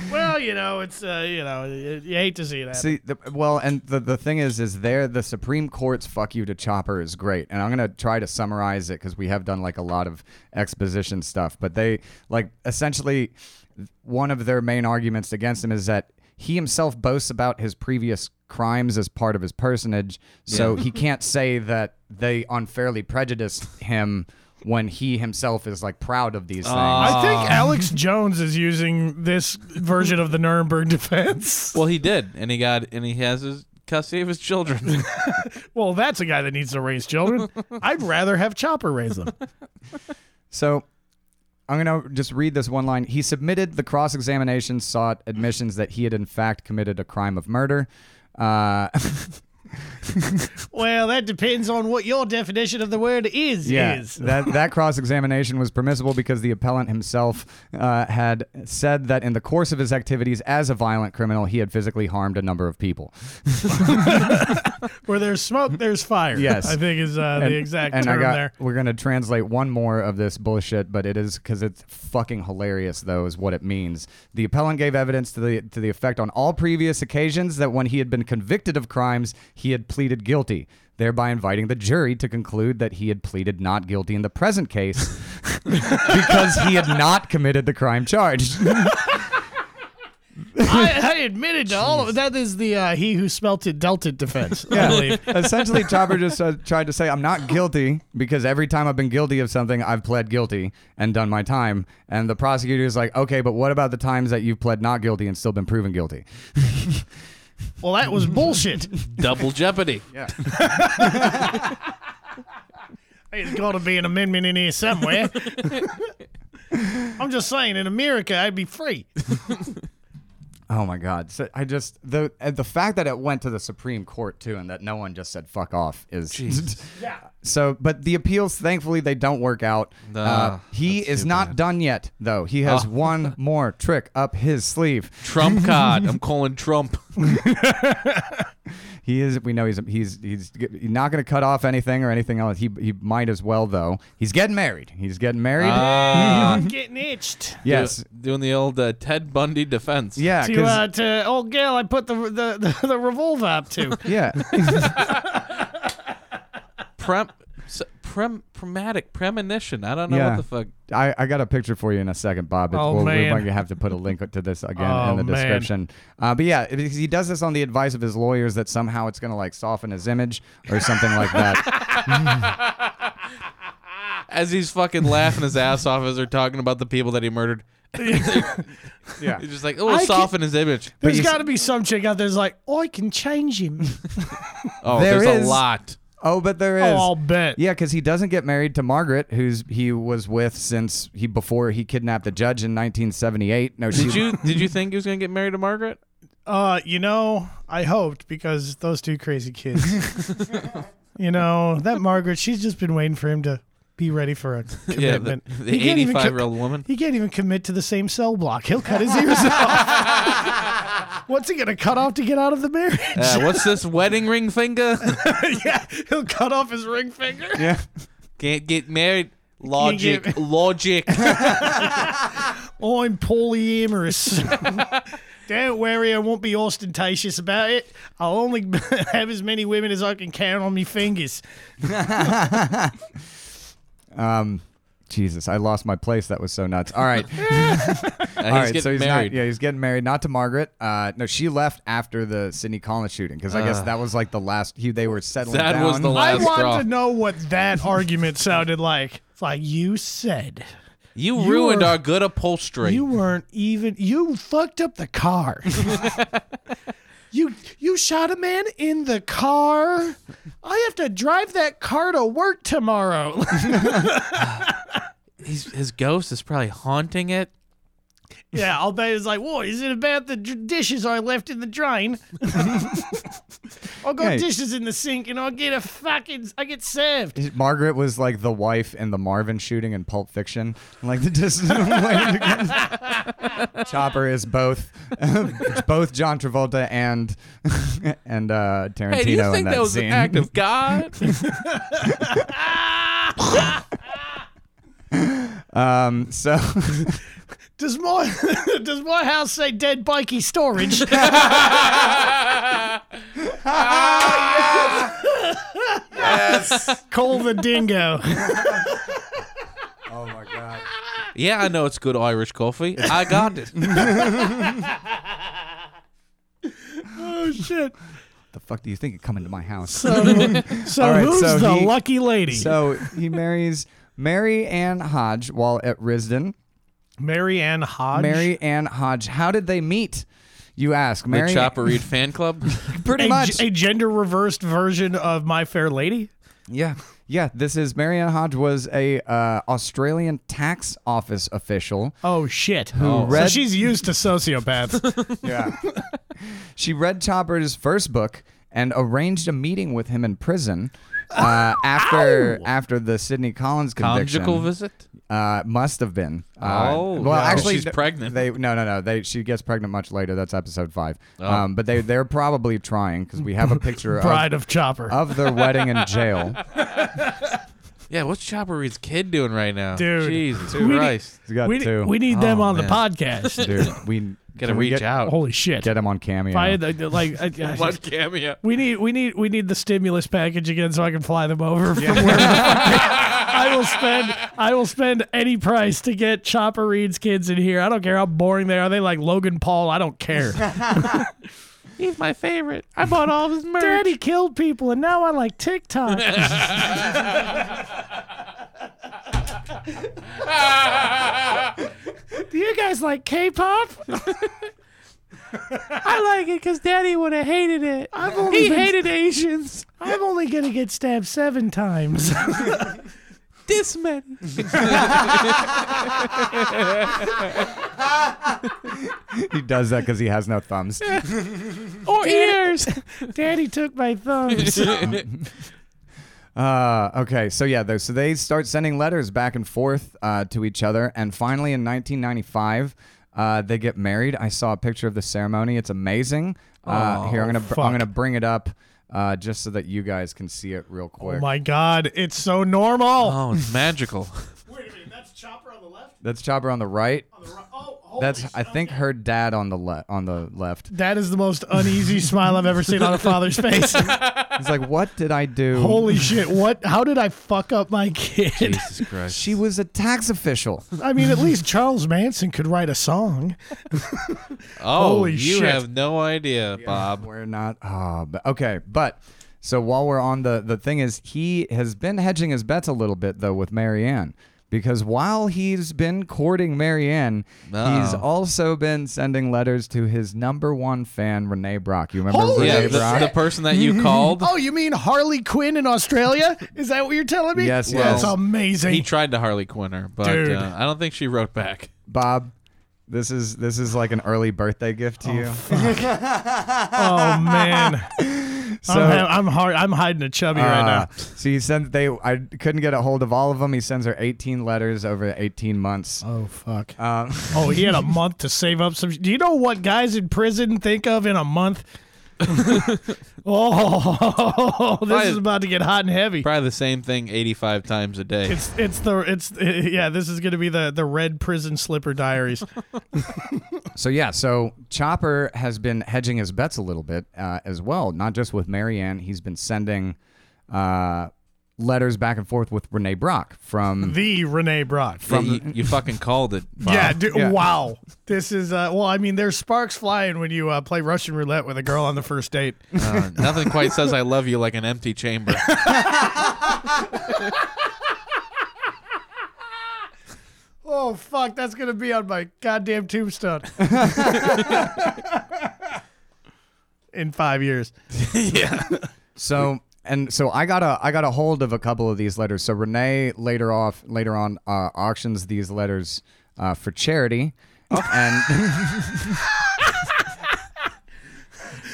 Well, you know, it's uh, you know, you, you hate to see that.
see, the, well, and the, the thing is, is there the Supreme Court's fuck you to Chopper is great, and I'm gonna try to summarize it because we have done like a lot of exposition stuff, but they like essentially one of their main arguments against him is that he himself boasts about his previous crimes as part of his personage, so he can't say that they unfairly prejudiced him. When he himself is like proud of these things,
I
um,
think Alex Jones is using this version of the Nuremberg defense.
well, he did, and he got, and he has his custody of his children.
Well, that's a guy that needs to raise children. I'd rather have Chopper raise them.
So I'm going to just read this one line. He submitted the cross examination, sought admissions that he had in fact committed a crime of murder. Uh,
Well, that depends on what your definition of the word is.
Yeah,
Is.
that that cross examination was permissible because the appellant himself uh, had said that in the course of his activities as a violent criminal, he had physically harmed a number of people.
Where there's smoke, there's fire.
Yes.
I think is uh, the exact
and
term
I got,
there.
We're gonna translate one more of this bullshit, but it is because it's fucking hilarious. Though is what it means. The appellant gave evidence to the to the effect on all previous occasions that when he had been convicted of crimes, he had pleaded guilty, thereby inviting the jury to conclude that he had pleaded not guilty in the present case because he had not committed the crime charged.
I, I admitted to all of it. That is the uh, he who smelt it dealt it defense. I believe.
Essentially, Chopper just uh, tried to say, I'm not guilty because every time I've been guilty of something, I've pled guilty and done my time. And the prosecutor is like, okay, but what about the times that you've pled not guilty and still been proven guilty?
Well, that was bullshit.
Double jeopardy.
There's got to be an amendment in here somewhere. I'm just saying, in America, I'd be free.
Oh my God. So I just, the and the fact that it went to the Supreme Court too and that no one just said fuck off is. yeah. So, but the appeals, thankfully, they don't work out. uh,
Nah,
he
that's
is
too
not
bad.
done yet, though. He has
Oh.
one more trick up his sleeve.
Trump card. I'm calling Trump.
He is. We know he's he's he's g- not going to cut off anything or anything else. He he might as well though. He's getting married. He's getting married.
Ah.
Hmm.
I'm getting itched.
Uh, yes.
Do- doing the old uh, Ted Bundy defense.
Yeah.
To,
'cause-
uh, to old girl, I put the the, the, the revolver up to.
yeah.
Prem, s- prem, prematic premonition. I don't know
Yeah.
what the fuck.
I, I got a picture for you in a second, Bob. It's-
Oh,
we're
man.
going to have to put a link to this again
Oh,
in the
man.
description. Uh, but yeah, because he does this on the advice of his lawyers that somehow it's going to like soften his image or something like that.
As he's fucking laughing his ass off as they're talking about the people that he murdered.
Yeah.
He's just like, oh,
can-
soften his image.
There's
you s-
got to be some chick out there's like, I can change him.
Oh,
There
there's
is-
a lot.
Oh, but there is.
Oh, I'll bet.
Yeah, because he doesn't get married to Margaret, who's he was with since he before he kidnapped the judge in 1978. No, she
Did you did you think he was gonna get married to Margaret?
Uh, you know, I hoped because those two crazy kids. you know that Margaret, she's just been waiting for him to be ready for a commitment.
the,
He
the
can't even co-
85 year old woman.
He can't even commit to the same cell block. He'll cut his ears off. What's he gonna cut off to get out of the marriage?
Uh, what's this wedding ring finger?
yeah, he'll cut off his ring finger.
Yeah.
Can't get married. Logic,
get-
logic.
I'm polyamorous. Don't worry, I won't be ostentatious about it. I'll only have as many women as I can count on me fingers.
Jesus, I lost my place. That was so nuts. All right.
Uh,
All
he's
right.
getting
So he's
married.
Not, yeah, he's getting married. Not to Margaret. Uh, no, she left after the Sydney Collins shooting because I guess that was like the last. He, they were settling
That
down.
was the
I
last
want
straw.
to know what that argument sounded like. It's like you said
You,
You
ruined
were-
our good upholstery.
you weren't even you fucked up the car. you you shot a man in the car. I have to drive that car to work tomorrow.
his, his ghost is probably haunting it.
yeah, I'll bet it's like, whoa, is it about the d- dishes I left in the drain? I'll go
Hey.
dishes in the sink and I'll get a fucking I get served.
Margaret was like the wife in the Marvin shooting in Pulp Fiction. Like the just Chopper is both both John Travolta and and uh, Tarantino
Hey, do you
in
think
that,
that, was
scene.
an act of God?
um, so
Does my does my house say dead bikey storage?
Ah,
Call the dingo.
Oh my god.
yeah, I know it's good Irish coffee. I got it.
oh shit!
The fuck do you think of coming to my house?
So, so
All right,
who's
so
the
he-
lucky lady?
So he marries Mary Ann Hodge while at Risden.
Mary Ann Hodge.
Mary Ann Hodge. How did they meet? You ask.
The
Mary
Chopper Reed fan club.
pretty
a,
much.
a gender reversed version of My Fair Lady.
yeah. Yeah, this is Mary Ann Hodge was a uh, Australian tax office official.
Oh shit!
Oh. read- Oh.
So she's used to sociopaths.
Yeah. she read Chopper's first book and arranged a meeting with him in prison uh, after after the Sidney Collins conviction.
Conjugal visit?
Uh, must have been. Uh,
Oh,
well,
no.
actually,
She's
th-
pregnant.
They no, no, no. They she gets pregnant much later. That's episode five.
Oh.
Um, but they they're probably trying because we have a picture of,
Bride of Chopper.
of their wedding in jail.
Yeah, what's Chopper Reed's kid doing right now?
Dude.
Jesus
We need-
Christ.
He's got
we,
two.
we need them
Oh,
on
man.
the podcast.
Dude, we
Gotta
can we
reach
get,
out.
Holy shit!
Get him on cameo.
If I had, the- like, I, I-
One cameo.
we need we need we need the stimulus package again so I can fly them over from wherever. the fuck they- I will spend I will spend any price to get Chopper Reed's kids in here. I don't care how boring they are. They like Logan Paul. I don't care.
He's my favorite. I bought all of his merch.
Daddy killed people, and now I like TikTok. Do you guys like K-pop? I like it because Daddy would have hated it. I've only he hated Asians. I'm only gonna get stabbed seven times.
This many.
he does that because he has no thumbs.
or ears. Daddy took my thumbs.
Uh, okay, so yeah, though, so they start sending letters back and forth uh, to each other, and finally in 1995, uh, they get married. I saw a picture of the ceremony; it's amazing. Uh, here, I'm gonna br- I'm gonna bring it up uh, just so that you guys can see it real quick.
Oh God, it's so normal.
Oh, it's magical.
Wait a minute, that's Chopper on the left.
That's Chopper on the right.
Oh,
That's I think her dad on the le- on the left.
That is the most uneasy smile I've ever seen on a father's face.
He's like, "What did I do?"
Holy shit! What? How did I fuck up my kid?
Jesus Christ.
She was a tax official.
I mean, at least Charles Manson could write a song.
oh,
holy
you
shit.
have no idea, Bob.
We're not. Oh, but, okay. But so while we're on the the thing is, he has been hedging his bets a little bit though with Marianne. Because while he's been courting Marianne, he's
Oh.
Uh-oh.
also been sending letters to his number one fan, Renee Brock. You remember
Holy
Yeah,
Renee
the,
shit.
Brock?
the person that you called,
Oh, you mean Harley Quinn in Australia? Is that what you're telling me?
Yes,
Well,
That's
yes.
amazing.
he tried to Harley Quinn her, but
Dude.
uh, I don't think she wrote back.
Bob, this is this is like an early birthday gift to you.
oh man,
So,
I'm, ha- I'm hard. I'm hiding a chubby right
Uh,
now.
So he sent they I couldn't get a hold of all of them. He sends her 18 letters over 18 months.
Oh fuck.
Um,
Oh, he had a month to save up some. Do you know what guys in prison think of in a month? oh, this is about to get hot and heavy.
Probably the same thing 85 times a day.
It's it's the it's yeah. This is gonna be the the red prison slipper diaries.
So yeah, so Chopper has been hedging his bets a little bit uh, as well. Not just with Marianne, he's been sending uh, letters back and forth with Renee Brock from.
The Renee Brock.
Yeah, you, you fucking called it. Bob.
Yeah, dude,
Yeah.
wow. This is uh, well, I mean, there's sparks flying when you uh, play Russian roulette with a girl on the first date.
Uh, nothing quite says I love you like an empty chamber.
Oh fuck, that's gonna be on my goddamn tombstone. In five years.
yeah.
So and so I got a I got a hold of a couple of these letters. So Renee later off later on uh, auctions these letters uh, for charity. And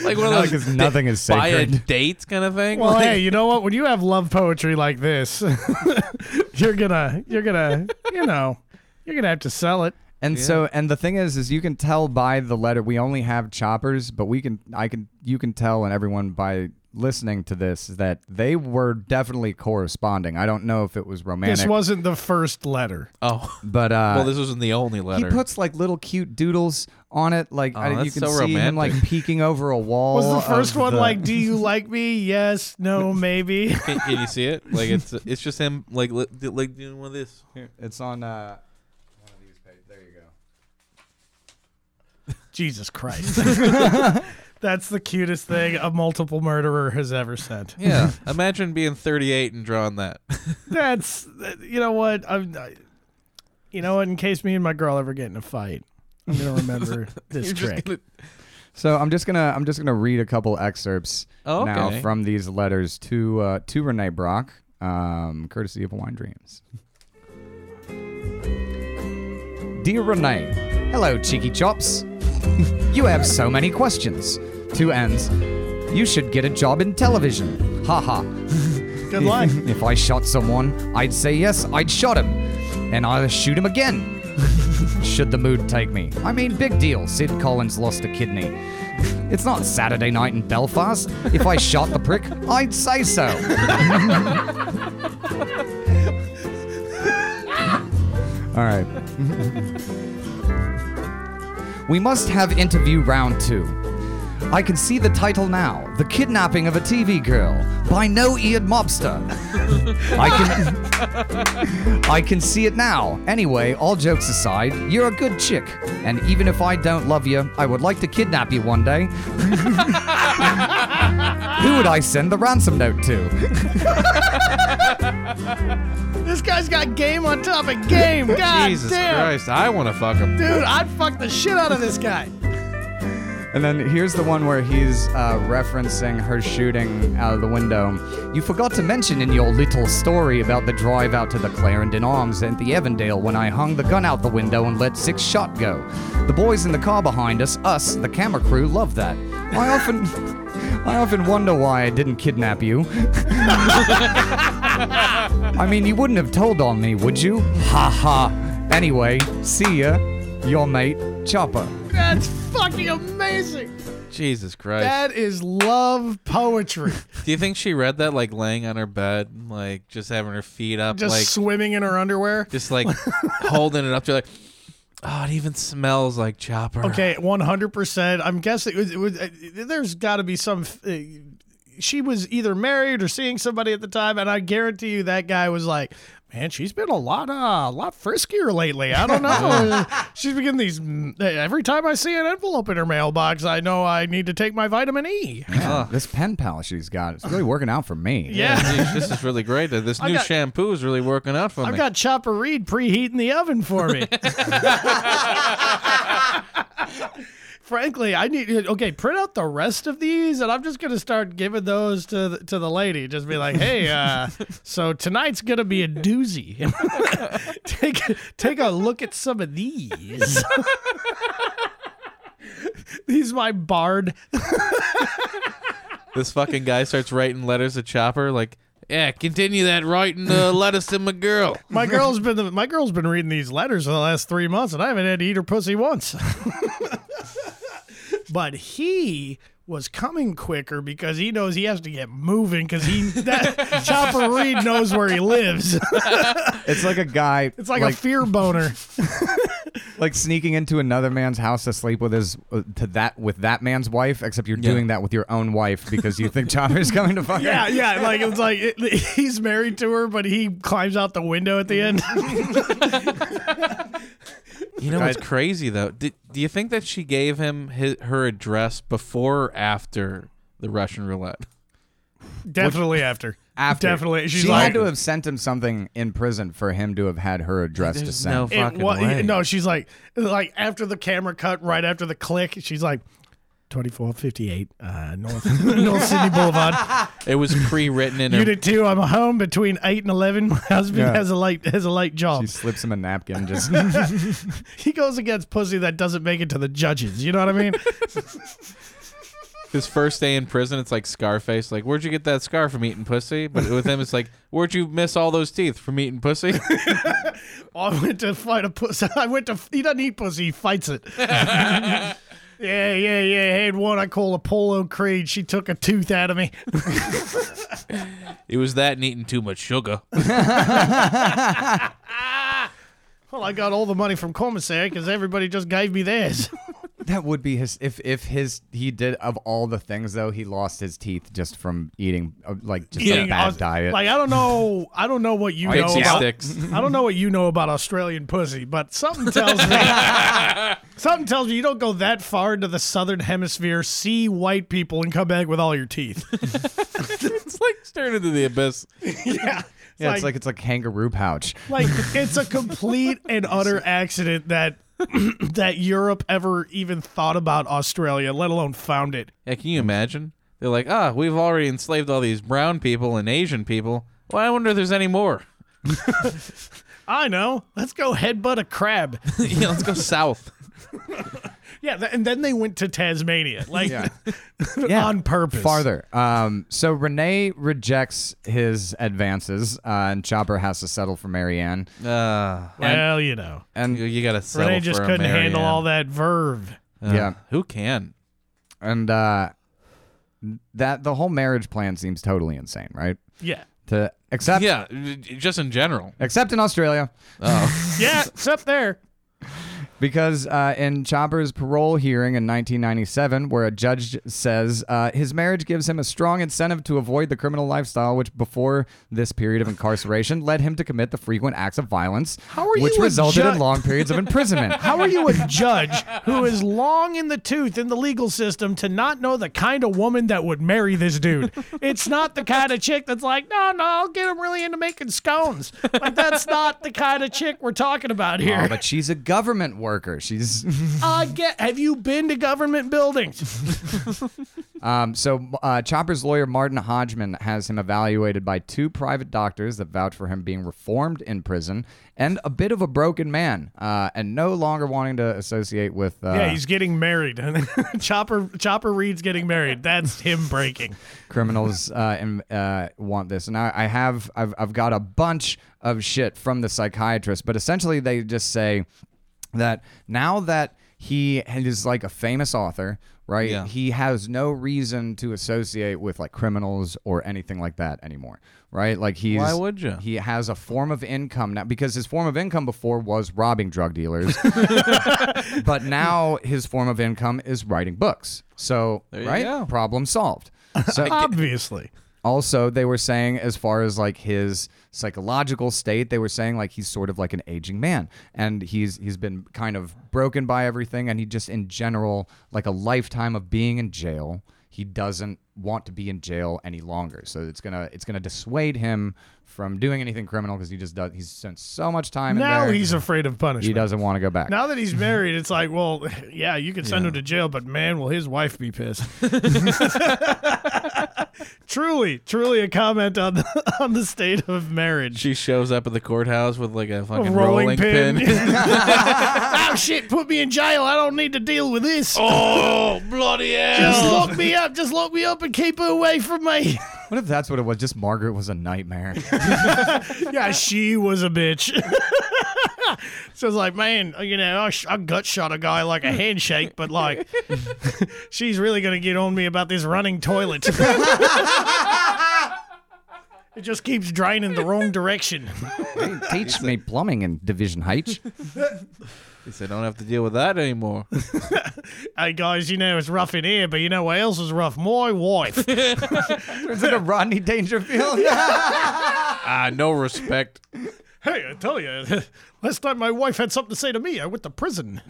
Like one of
like
those
it's nothing is
buy a
sacred.
date kind of thing.
Well,
Like,
hey, you know what? When you have love poetry like this, you're gonna, you're gonna, you know, you're gonna have to sell it.
And so and the thing is is you can tell by the letter we only have choppers, but we can I can you can tell and everyone by listening to this that they were definitely corresponding. I don't know if it was romantic,
This wasn't the first letter.
oh,
but uh
well, this wasn't the only
he
letter.
puts like little cute doodles on it like I- you
Oh, that's
can see
so
him like
romantic.
peeking over a wall.
Was the first
of
one
the-
like, "Do you like me? Yes, no, maybe."
can, can you see it? Like it's it's just him like li- like doing one of this.
It's on uh one of these pages. There you go.
Jesus Christ. That's the cutest thing a multiple murderer has ever said.
Yeah. Imagine being 38 and drawing that.
That's you know what I'm. I, you know what? In case me and my girl ever get in a fight, I'm gonna remember this
You're just
trick.
gonna-
So I'm just gonna I'm just gonna read a couple excerpts
Oh,
now
okay.
from these letters to uh, to Renee Brock, um, courtesy of Wine Dreams. Dear Renee, hello cheeky chops. you have so many questions. Two ends. You should get a job in television. Ha ha.
Good luck.
If I shot someone, I'd say yes, I'd shot him. And I'll shoot him again. Should the mood take me. I mean, big deal. Sid Collins lost a kidney. It's not Saturday night in Belfast. If I shot the prick, I'd say so. All right. we must have interview round two. I can see the title now The Kidnapping of a TV Girl by No Eared Mobster. I can, I can see it now. Anyway, all jokes aside, you're a good chick. And even if I don't love you, I would like to kidnap you one day. Who would I send the ransom note to?
this guy's got game on top of game. God
Jesus
damn.
Christ, I want to fuck him.
Dude, I'd fuck the shit out of this guy.
And then here's the one where he's uh, referencing her shooting out of the window. You forgot to mention in your little story about the drive out to the Clarendon Arms and the Evandale when I hung the gun out the window and let six shot go. The boys in the car behind us, us, the camera crew, love that. I often, I often wonder why I didn't kidnap you. I mean, you wouldn't have told on me, would you? Ha ha. Anyway, see ya, your mate, Chopper.
That's fucking amazing.
Jesus Christ.
That is love poetry.
Do you think she read that like laying on her bed, like just having her feet up,
Just
like
swimming in her underwear.
just like holding it up to like, oh, it even smells like chopper.
Okay, one hundred percent. I'm guessing it was, it was, uh, there's got to be some. Uh, she was either married or seeing somebody at the time, and I guarantee you that guy was like, "Man, she's been a lot, uh, a lot friskier lately. I don't know. she's been getting these. mm, Every time I see an envelope in her mailbox, I know I need to take my vitamin E.
Yeah, this pen pal she's got, it's really working out for me.
Yeah.
Jeez, this is really great. This new
got-
shampoo is really working out for
I've
me.
got Chopper Reed preheating the oven for me. Frankly, I need okay. Print out the rest of these, and I'm just gonna start giving those to the, to the lady. Just be like, hey, uh, so tonight's gonna be a doozy. take take a look at some of these. these my bard.
this fucking guy starts writing letters to Chopper, like, yeah, continue that writing uh, letters to my girl.
My girl's been the, my girl's been reading these letters for the last three months, and I haven't had to eat her pussy once. but he was coming quicker because he knows he has to get moving because he that Chopper Reed knows where he lives.
It's like a guy.
It's like,
like,
a fear boner.
like sneaking into another man's house to sleep with his uh, to that with that man's wife, except you're
Yeah.
doing that with your own wife because you think Chopper's coming to fuck. her.
Yeah, yeah. Like it's like it, he's married to her, but he climbs out the window at the end.
You know what's crazy though? Did, do you think that she gave him his, her address before or after the Russian roulette?
Definitely after.
After.
Definitely. She's
she
like
had to have sent him something in prison for him to have had her address to
There's
send.
no
It
fucking
wa-
way.
No, she's like, like after the camera cut, right after the click, she's like, twenty four fifty eight uh, North North Sydney Boulevard,
It was pre-written in her.
Unit Two. I'm home between eight and eleven. My husband
Yeah.
has a late has a late job.
She slips him a napkin. Just
He goes against pussy that doesn't make it to the judges. You know what I mean?
His first day in prison, it's like Scarface. Like, where'd you get that scar from eating pussy? But with him, it's like, where'd you miss all those teeth from eating pussy?
I went to fight a pussy. I went to. He doesn't eat pussy. He fights it. yeah, yeah, yeah. Had one I call Apollo Creed. She took a tooth out of me.
it was that and eating too much sugar.
Well, I got all the money from commissary because everybody just gave me theirs.
that would be his if if his he did of all the things though he lost his teeth just from eating uh, like just
eating
a bad
Aus-
diet.
Like I don't know, I don't know what you know
Pixie
about.
sticks.
I don't know what you know about Australian pussy, but something tells me, something tells me you don't go that far into the southern hemisphere, see white people, and come back with all your teeth.
it's like staring into the abyss.
yeah, it's
yeah, it's like it's like kangaroo pouch.
like it's a complete and utter accident that that Europe ever even thought about Australia, let alone found it.
Yeah, can you imagine? They're like, ah, we've already enslaved all these brown people and Asian people. Well, I wonder if there's any more.
I know. Let's go headbutt a crab.
yeah, let's go south.
Yeah, th- and then they went to Tasmania, like
Yeah.
on purpose.
Farther. Um, so Renee rejects his advances, uh, and Chopper has to settle for Marianne.
Uh,
Well, you know,
and you,
And
you gotta settle
Renee just
for a
couldn't handle
Marianne.
all that verve.
Uh,
Yeah.
Who can?
and uh, that the whole marriage plan seems totally insane, right?
Yeah,
To except
Yeah. j- j- Just in general.
except in Australia.
Oh.
yeah, it's up there.
Because uh, in Chopper's parole hearing in 1997, where a judge says uh, his marriage gives him a strong incentive to avoid the criminal lifestyle, which before this period of incarceration led him to commit the frequent acts of violence,
How are
which
you a
resulted in
ju-
long periods of imprisonment.
How are you a judge who is long in the tooth in the legal system to not know the kind of woman that would marry this dude? It's not the kind of chick that's like, no, no, I'll get him really into making scones. Like that's not the kind of chick we're talking about here.
Oh, but she's a government worker. She's
I get. Have you been to government buildings?
um, so uh, Chopper's lawyer Martin Hodgman has him evaluated by two private doctors that vouch for him being reformed in prison and a bit of a broken man uh, and no longer wanting to associate with. Uh,
yeah, he's getting married. Chopper Chopper Reed's getting married. That's him breaking.
criminals uh, and, uh, want this. And I, I have, I've, I've got a bunch of shit from the psychiatrist, but essentially they just say that now that he is like a famous author, right?
Yeah.
He has no reason to associate with like criminals or anything like that anymore, right? Like he's
Why would ya?
He has a form of income now because his form of income before was robbing drug dealers, but now his form of income is writing books. So
you
right,
go.
problem solved. So
Um, Obviously.
also they were saying as far as like his psychological state they were saying like he's sort of like an aging man and he's he's been kind of broken by everything and he just in general like a lifetime of being in jail he doesn't want to be in jail any longer so it's gonna it's gonna dissuade him from doing anything criminal because he just does he's spent so much time in
Now
there
he's afraid of
he
punishment.
doesn't want to go back
Now that he's married, it's like, well, yeah, you can send him to jail, but man, will his wife be pissed? truly, truly, a comment on the, on the state of marriage.
She shows up at the courthouse with like a
A
fucking rolling, pin.
oh shit! Put me in jail. I don't need to deal with this. Oh bloody hell! Just lock me up. Just lock me up and keep her away from me.
what if that's what it was just margaret was a nightmare
yeah, she was a bitch. so it's like, man, you know, I, sh- I gut shot a guy like a handshake, but like, she's really gonna get on me about this running toilet. it just keeps draining the wrong direction.
teach me plumbing in division h
He said, "Don't have to deal with that anymore."
hey guys, you know it's rough in here, but you know what else is rough? My wife.
is it a rodney dangerfield
ah, no respect.
hey, I tell you, last time my wife had something to say to me, I went to prison.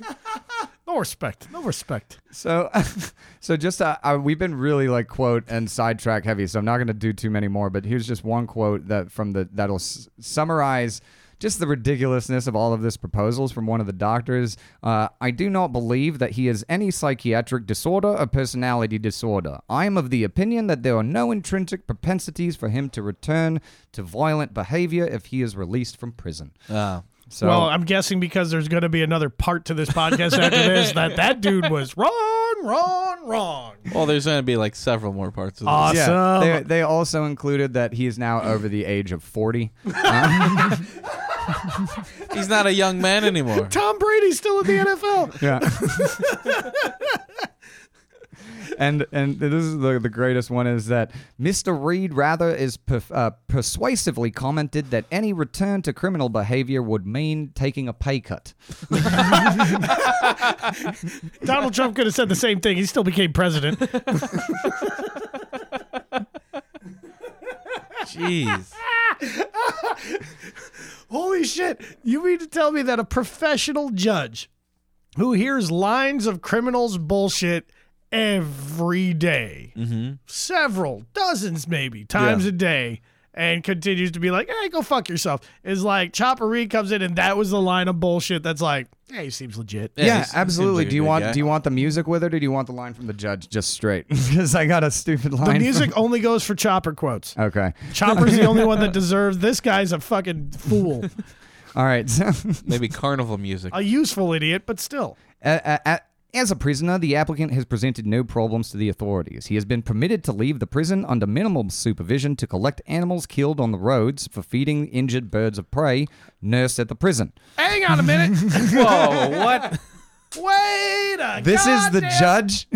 no respect. No respect.
So, so just uh, uh, we've been really like quote and sidetrack heavy. So I'm not going to do too many more. But here's just one quote that from the that'll s- summarize just the ridiculousness of all of this proposals from one of the doctors. Uh, I do not believe that he has any psychiatric disorder or personality disorder. I am of the opinion that there are no intrinsic propensities for him to return to violent behavior if he is released from prison.
Ah,
So
Well, I'm guessing because there's going to be another part to this podcast after this that that dude was wrong, wrong, wrong.
well, there's gonna be like several more parts of this.
Awesome.
Yeah, they, they also included that he is now over the age of Um, 40.
He's not a young man anymore.
Tom Brady's still in the NFL.
Yeah. and and this is the, the greatest one is that Mr. Reed rather is perf- uh, persuasively commented that any return to criminal behavior would mean taking a pay cut.
Donald Trump could have said the same thing. He still became president.
Jeez.
Holy shit. You mean to tell me that a professional judge who hears lines of criminals bullshit every day, several dozens maybe times a day, and continues to be like, hey, go fuck yourself, is like Chopper Reed comes in and that was the line of bullshit that's like, hey, he seems legit.
Yeah, he seems
absolutely.
like a
Do you
good
want
guy.
do you want the music with it or do you want the line from the judge just straight? Because I got a stupid line.
The
from-
music only goes for Chopper quotes.
okay.
Chopper's the only one that deserves. This guy's a fucking fool.
All right. So,
Maybe carnival music.
A useful idiot, but still.
Uh, uh, as a prisoner, the applicant has presented no problems to the authorities. He has been permitted to leave the prison under minimal supervision to collect animals killed on the roads for feeding injured birds of prey nursed at the prison.
Hang on a minute.
Whoa, what?
Wait a
This is the
goddamn-
judge.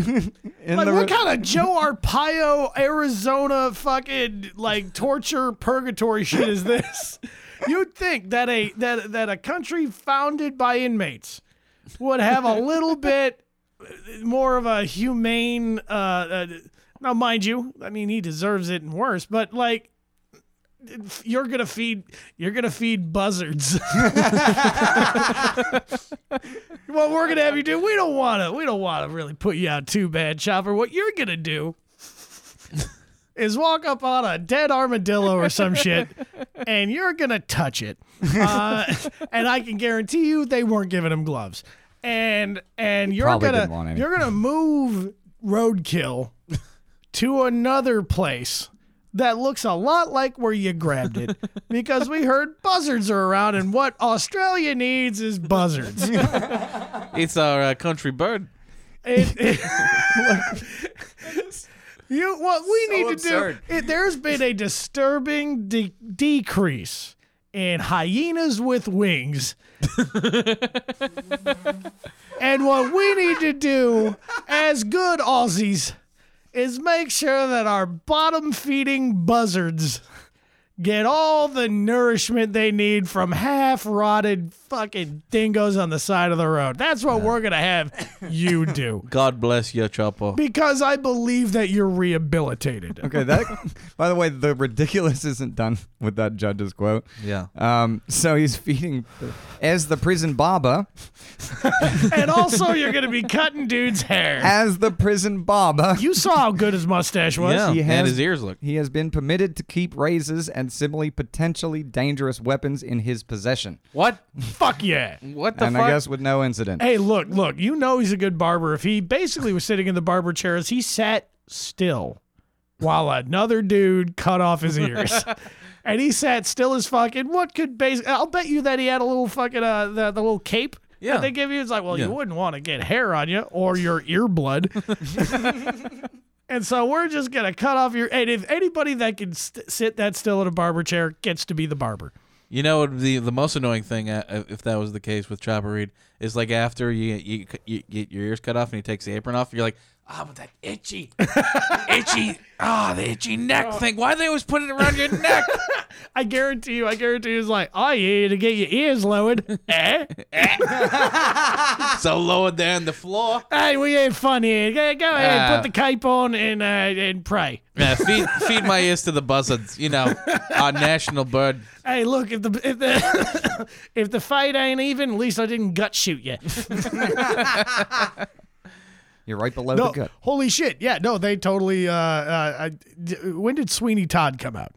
in
Like
the
what
ro-
kind of Joe Arpaio, Arizona fucking like torture purgatory shit is this? You'd think that a that that a country founded by inmates would have a little bit more of a humane. Uh, uh, now, mind you, I mean he deserves it and worse, but like you're gonna feed you're gonna feed buzzards. what we're gonna have you do? We don't wanna we don't wanna really put you out too bad, Chopper. What you're gonna do is walk up on a dead armadillo or some shit, and you're gonna touch it. Uh, and I can guarantee you they weren't giving him gloves. And and you're
Probably
gonna
didn't want any.
you're gonna move roadkill to another place that looks a lot like where you grabbed it because we heard buzzards are around and what Australia needs is buzzards.
It's our uh, country bird.
It- it- you what we need
absurd.
to do it, there's been a disturbing de- decrease in hyenas with wings and what we need to do as good aussies is make sure that our bottom feeding buzzards get all the nourishment they need from half rotted fucking dingoes on the side of the road that's what we're gonna have you do
God bless you, Chapo.
because I believe that you're rehabilitated.
Okay, that. By the way, the ridiculous isn't done with that judge's quote.
Yeah.
Um, so he's feeding as the prison barber,
And also, you're going to be cutting dudes' hair.
as the prison barber.
You saw how good his mustache was.
Yeah,
He
Oh, and
has-
his ears look.
He has been permitted to keep razors and similarly potentially dangerous weapons in his possession.
What?
Fuck yeah.
What the
and
fuck?
I guess with no incident.
Hey, look, look, you know he's a good barber. If he basically was sitting in the barber chair as he sat still while another dude cut off his ears. And he sat still as fucking. What could basically? I'll bet you that he had a little fucking uh the, the little cape
Yeah.
that they give you. It's like, well,
Yeah.
you wouldn't want to get hair on you or your ear blood. and so we're just gonna cut off your. And if anybody that can st- sit that still in a barber chair gets to be the barber.
You know the the most annoying thing, uh, if that was the case with Chopper Reed, is like after you you, you get your ears cut off and he takes the apron off, you're like, ah, but that itchy, itchy, ah, the itchy neck thing. Why do they always put it around your neck?
I guarantee you. I guarantee you. It's like, oh, you to get your ears lowered. eh?
so lower down the floor.
Hey, we ain't fun here. Go, go ahead,
Uh,
Ah.
put the cape on and uh, and pray.
Yeah, feed feed my ears to the buzzards. You know, our national bird.
Hey, look if the if the if the fight ain't even, at least I didn't gut shoot you.
You're right below the gut.
holy shit! Yeah, no, they totally. Uh, uh, I- d- when did Sweeney Todd come out?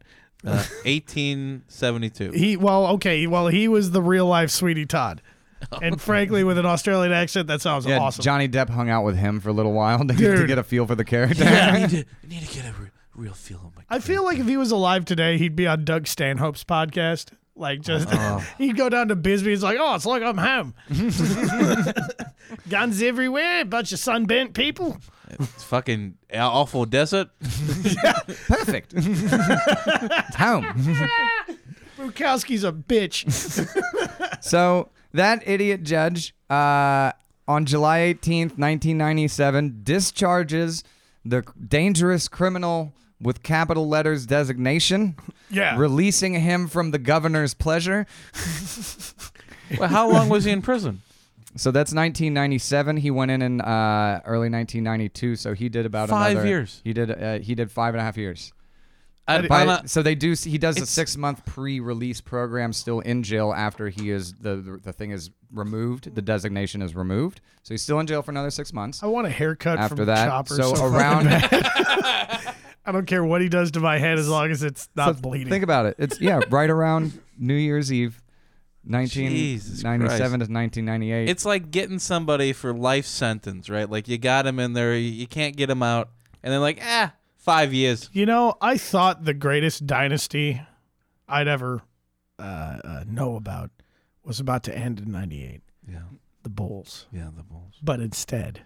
Uh, 1872.
He well, okay, well he was the real life Sweeney Todd, and frankly, with an Australian accent, that sounds
Yeah,
awesome.
Johnny Depp hung out with him for a little while to, get- to
Dude.
get a feel for the character.
I need to, I need to get a re- real feel on my.
I feel like if he was alive today, he'd be on Doug Stanhope's podcast. Like just
Uh-huh.
he'd go down to Bisbee. It's like, oh, it's like I'm home. Guns everywhere, bunch of sunbent people.
It's fucking uh, awful desert.
Perfect. it's home.
Bukowski's a bitch.
So that idiot judge, uh, on July 18th, 1997, discharges the dangerous criminal with capital letters designation,
Yeah.
releasing him from the governor's pleasure.
Well, how long was he in prison?
So that's 1997. He went in in uh, early 1992. So he did about
Five
another-
years.
He did uh, he did five and a half years.
I,
By-
I'm not-
so they do. He does a
It's-
six month pre release program still in jail after he is the, the the thing is removed. The designation is removed. So he's still in jail for another six months.
I want a haircut
after
from
that,
Chopper.
so,
fucking
around.
bad. I don't care what he does to my head as long as it's not
so
bleeding.
Think about it. It's yeah, right around New Year's Eve,
Jesus
1997 to 1998.
it's like getting somebody for life sentence, right? Like you got him in there, you- you can't get him out, and then like, ah, five years.
You know, I thought the greatest dynasty I'd ever uh, uh, know about was about to end in 98,
Yeah.
the Bulls.
Yeah, the Bulls.
But instead,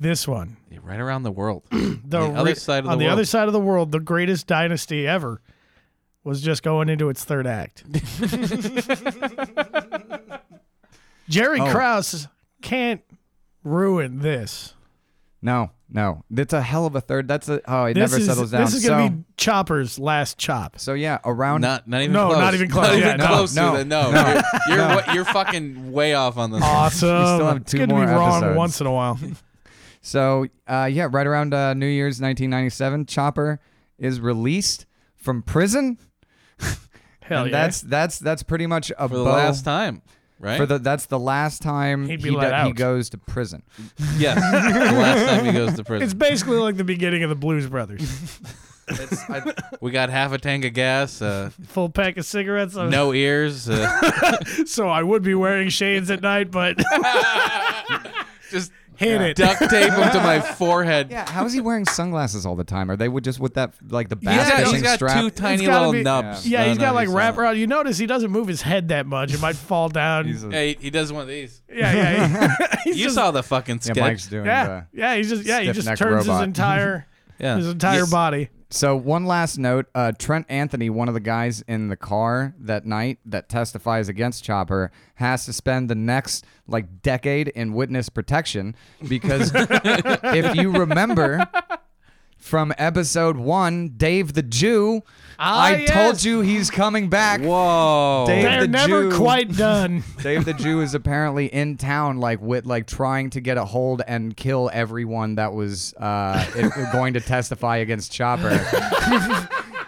this one,
Yeah, right around the world.
the,
On the other side of the
on the
world.
other side of the world, the greatest dynasty ever was just going into its third act. Jerry
Oh.
Krause can't ruin this.
No, no, that's a hell of a third. That's a oh, it
This
never
is,
settles down.
This is
so,
gonna be Chopper's last chop.
so yeah, around
Not, not even
No,
close.
not even close.
Not
Yeah,
even
no,
close
no,
to the no. You're you're, wa- you're fucking way off on this. one.
Awesome.
You still have
it's
two
good to
more
be wrong
episodes.
once in a while.
So uh, yeah, right around uh, New Year's 1997, Chopper is released from prison.
Hell
and
yeah.
That's that's that's pretty much a
for the last time, eh? right?
For the that's the last time
He'd be
he,
let
he
out.
goes to prison.
yes, the last time he goes to prison.
it's basically like the beginning of the Blues Brothers.
It's- I- we got half a tank of gas, uh,
Full pack of cigarettes. I was-
no ears, uh,
So I would be wearing shades at night, but
just
hit it.
duct tape him to my forehead.
Yeah, how is he wearing sunglasses all the time? Are they would just with that like the
He's
bass
got,
fishing
he's got
strap?
two tiny
It's gotta
little
be-
nubs.
Yeah,
No,
he's
no,
got like
he's
wrap
not.
around. You notice he doesn't move his head that much. It might fall down.
He's a-
Yeah, he, he does one of these.
yeah, yeah. he- he's
You
just-
saw the fucking
yeah,
sketch.
Mike's doing.
Yeah,
the-
yeah. He's just yeah. He just
stiff-necked
turns his
robot.
entire
Yeah.
his entire
Yes.
body.
So one last note: uh, Trent Anthony, one of the guys in the car that night that testifies against Chopper, has to spend the next like decade in witness protection because if you remember from episode one, Dave the Jew,
Ah,
I
yes.
told you he's coming back.
Whoa.
Dave
They're
the
never
Jew.
quite done.
Dave the Jew is apparently in town, like with like trying to get a hold and kill everyone that was uh, i- going to testify against Chopper.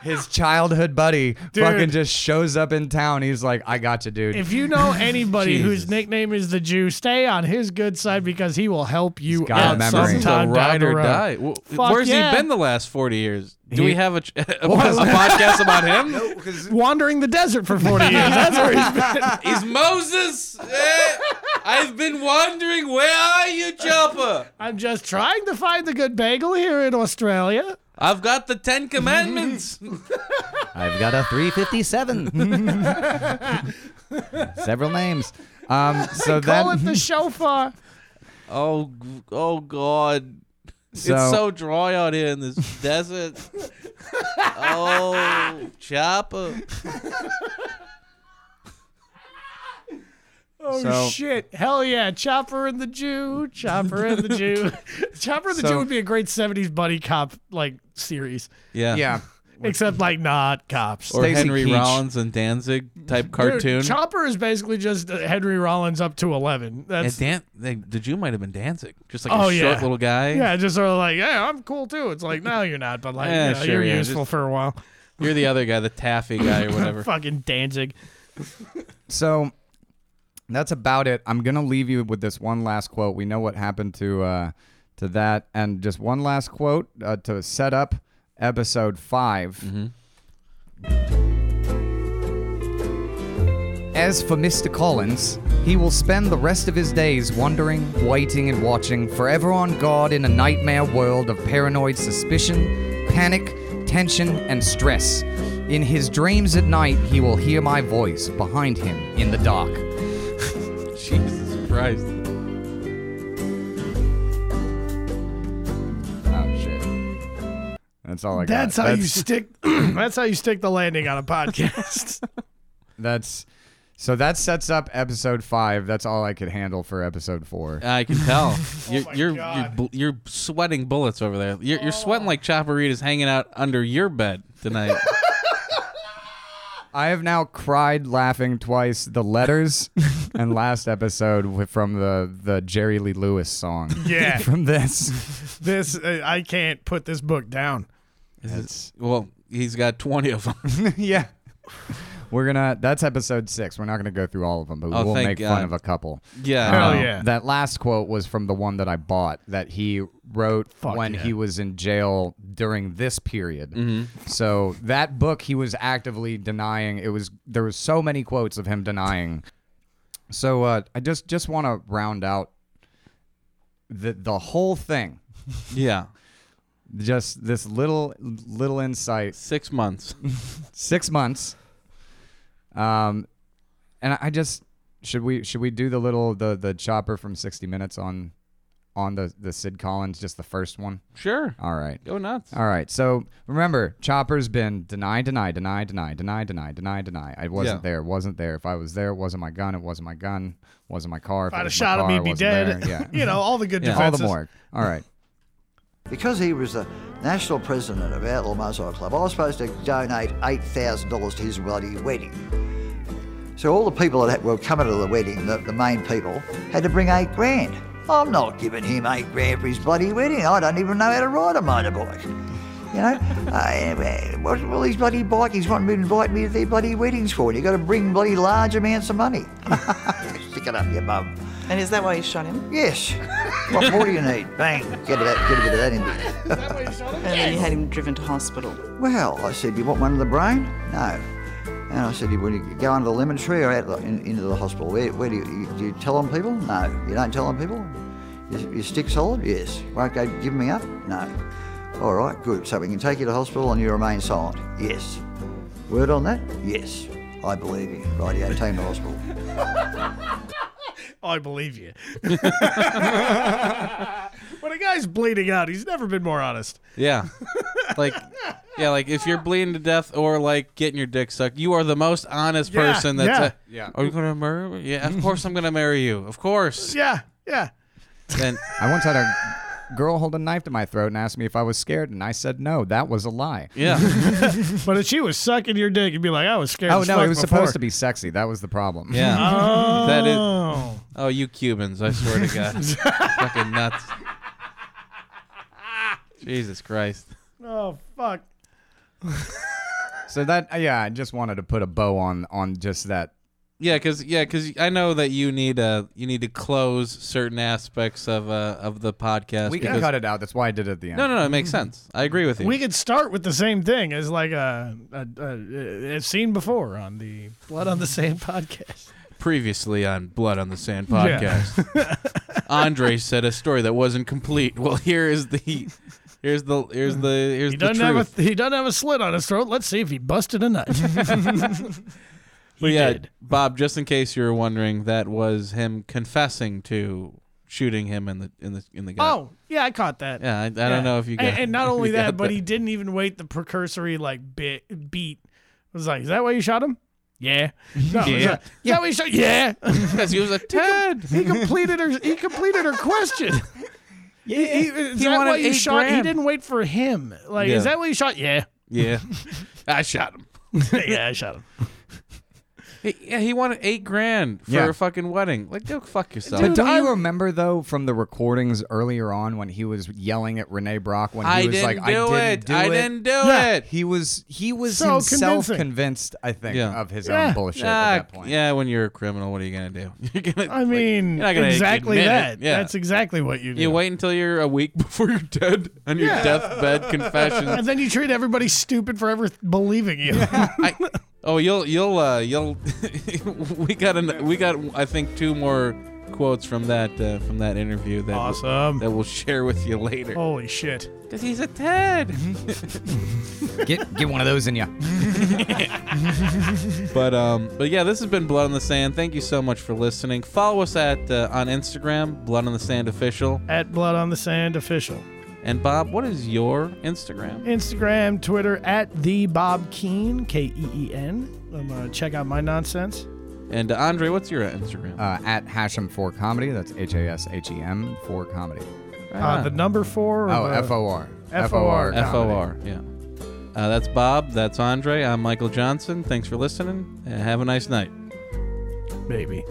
His childhood buddy fucking just shows up in town. He's like, "I got you, dude."
If you know anybody whose
Jesus.
nickname is the Jew, stay on his good side because he will help you
got a
out
memory.
This is a
sometime down
ride
the
or
road.
die. Well,
Fuck
Where's
yeah.
he been the last 40 years? Do
He-
we have a, ch- a, podcast about him?
Wandering the desert for forty years. That's where he's been.
He's Moses. Eh, I've been wondering, where are you, Chopper?
I'm just trying to find the good bagel here in Australia.
I've got the Ten Commandments.
I've got a 357. Several names. Um, so then,
Call it the shofar.
oh, g- oh God. it's so dry out here in this desert. oh, Chopper.
Oh
So-
shit! Hell yeah! Chopper and the Jew, Chopper and the Jew, Chopper and the
So-
Jew would be a great '70s buddy cop like series,
Yeah.
yeah.
except like not cops.
Or
Stacey
Henry
Keach.
Rollins and Danzig type
Dude,
cartoon.
Chopper is basically just uh, Henry Rollins up to eleven.
Yeah,
That's
Dan, the, the Jew might have been Danzig, just like
Oh,
a short
yeah.
little guy.
yeah, just sort of like yeah, I'm cool too. It's like no, you're not, but like
Yeah,
you know,
sure,
you're
yeah,
useful
just-
for a while.
You're the other guy, the taffy guy or whatever.
Fucking Danzig.
So that's about it. I'm gonna leave you with this one last quote. We know what happened to uh, to that, and just one last quote uh, to set up episode 5 As for Mr. Collins, he will spend the rest of his days wondering, waiting, and watching, forever on guard in a nightmare world of paranoid suspicion, panic, tension, and stress. In his dreams at night, he will hear my voice behind him in the dark.
Jesus Christ.
Oh shit. That's all I got.
That's how you stick. that's how you stick the landing on a podcast.
That's so that sets up episode five. That's all I could handle for episode four.
I can tell. You're
Oh my
you're, you're
God.
bu- you're sweating bullets over there. You're, you're sweating like Chopper Reed is hanging out under your bed tonight.
I have now cried laughing twice. The letters and last episode wi- from the the Jerry Lee Lewis song.
Yeah.
from this.
this uh, I can't put this book down.
It's,
well, he's got 20 of them.
yeah. We're gonna. That's episode six. We're not gonna go through all of them, but
Oh,
we'll
thank
make fun
God.
of a couple.
Yeah.
Hell
Um,
yeah.
That last quote was from the one that I bought that he wrote
Fuck
when
yeah. Mm-hmm.
he was in jail during this period. So that book he was actively denying. It was there was so many quotes of him denying. So uh, I just just want to round out the the whole thing.
Yeah.
Just this little little insight
Six months.
six months. Um, and I- I just should we should we do the little the the chopper from 60 Minutes on on the the Sid Collins just the first one?
Sure.
All right.
Go nuts.
All right. So remember, Chopper's been deny, deny, deny, deny, deny, deny, deny, deny. I wasn't
Yeah.
there. Wasn't there. If I was there, it wasn't my gun. It wasn't my gun. Wasn't my car.
If I'd
it
have
was my
shot him,
car, I
he'd be
wasn't
dead.
there. Yeah.
you know, all the good
Yeah.
All
defenses.
the more. All right.
Because he was the national president of Outlaw Motorcycle Club, I was supposed to donate $8,000 to his bloody wedding. So all the people that were coming to the wedding, the, the main people, had to bring eight grand. I'm not giving him eight grand for his bloody wedding. I don't even know how to ride a motorbike. You know, uh, anyway, what all these bloody bikies want me to invite me to their bloody weddings for? And you got to bring bloody large amounts of money. Stick it up your bum.
And is that why you shot him?
Yes. What more do you need? Bang. Get a bit, get a bit of that in there.
And then you had him driven to hospital.
Well, I said, you want one in the brain? No. And I said, well, you go under the lemon tree or out the, in, into the hospital. Where, where do you, you, do you tell on people? No. You don't tell on people? You, you stick solid? Yes. Won't go give me up? No. All right, good. So we can take you to hospital and you remain silent? Yes. Word on that? Yes. I believe you. Right, yeah, take him to hospital.
I believe you. when a guy's bleeding out, he's never been more honest.
Yeah. like yeah, like if you're bleeding to death or like getting your dick sucked, you are the most honest
Yeah,
person that's
yeah.
a-
Yeah.
Are you gonna marry me? Yeah, of course I'm gonna marry you. Of course.
Yeah, yeah.
Then
I once had a girl hold a knife to my throat and asked me if I was scared, and I said no. That was a lie.
yeah.
But if she was sucking your dick, you'd be like, I was scared.
Oh
as
no,
fuck
it was
before.
supposed to be sexy. That was the problem.
Yeah.
Oh.
That is Oh, you Cubans, I swear to God. Fucking nuts. Jesus Christ.
Oh, fuck.
So that uh, yeah, I just wanted to put a bow on on just that.
Yeah, cause yeah, 'cause I know that you need uh you need to close certain aspects of uh of the podcast.
We
because-
can cut it out. That's why I did it at the end.
No, no, no, it makes sense. I agree with you.
We could start with the same thing as like a, a, a, a seen before on the Blood on the Sand podcast.
Previously on Blood on the Sand podcast, Andre said a story that wasn't complete. Well, here is the, here's the, here's the, here's
He
the
doesn't have a
truth.
he doesn't have a slit on his throat. Let's see if he busted a nut.
But yeah,
did.
Bob. Just in case you were wondering, that was him confessing to shooting him in the in the in the gut.
oh, yeah, I caught that.
yeah. I, I don't know if you got.
and, and not only
you
that,
got
but he didn't even wait the precursory like bit beat. I was like, is that why you shot him? Yeah. No, it was
Yeah.
like, "Is that why you shot. Yeah.
because he was a Ted.
he completed her. He completed her question. Yeah. He, he, is
He
that
wanted
why you
eight
shot? He
grand.
didn't wait for him. Like,
Yeah.
is that why you shot? Yeah.
yeah, I shot him.
yeah, I shot him.
He, yeah, he wanted eight grand for
Yeah.
a fucking wedding. Like, go fuck yourself.
But don't you remember though from the recordings earlier on when he was yelling at Renee Brock when he
I
was
didn't
like,
do
"I
it.
didn't do
I
it.
didn't do
Yeah.
it.
He was he was
So
himself
convincing.
convinced, I think,
Yeah.
of his
Yeah.
own bullshit
Ah,
at that point.
Yeah, when you're a criminal, what are you gonna do? You're gonna.
I
like,
mean,
you're not gonna
exactly
admit
that.
it. Yeah.
That's exactly what you do.
you wait until you're a week before you're dead on your deathbed confession.
and then you treat everybody stupid for ever believing you.
I, oh, you'll you'll uh, you'll. we got an, we got I think two more quotes from that uh, from that interview that
Awesome. Oh.
that we'll share with you later.
Holy shit.
Because he's a Ted.
Get get one of those in you.
But um, but yeah, this has been Blood on the Sand. Thank you so much for listening. Follow us at uh, on Instagram, Blood on the Sand official.
At Blood on the Sand official.
And Bob, what is your Instagram?
Instagram, Twitter, at the Bob Keen, K E E N. I'm gonna check out my nonsense.
And uh, Andre, what's your Instagram?
Uh, at Hashem for comedy. That's H A S H E M for comedy.
Right
Uh,
on.
the number four. or
Ah. Oh,
the-
F O R.
F O
F-O-R.
R.
F O R. Yeah. Uh, that's Bob. That's Andre. I'm Michael Johnson. Thanks for listening. And have a nice night.
Baby.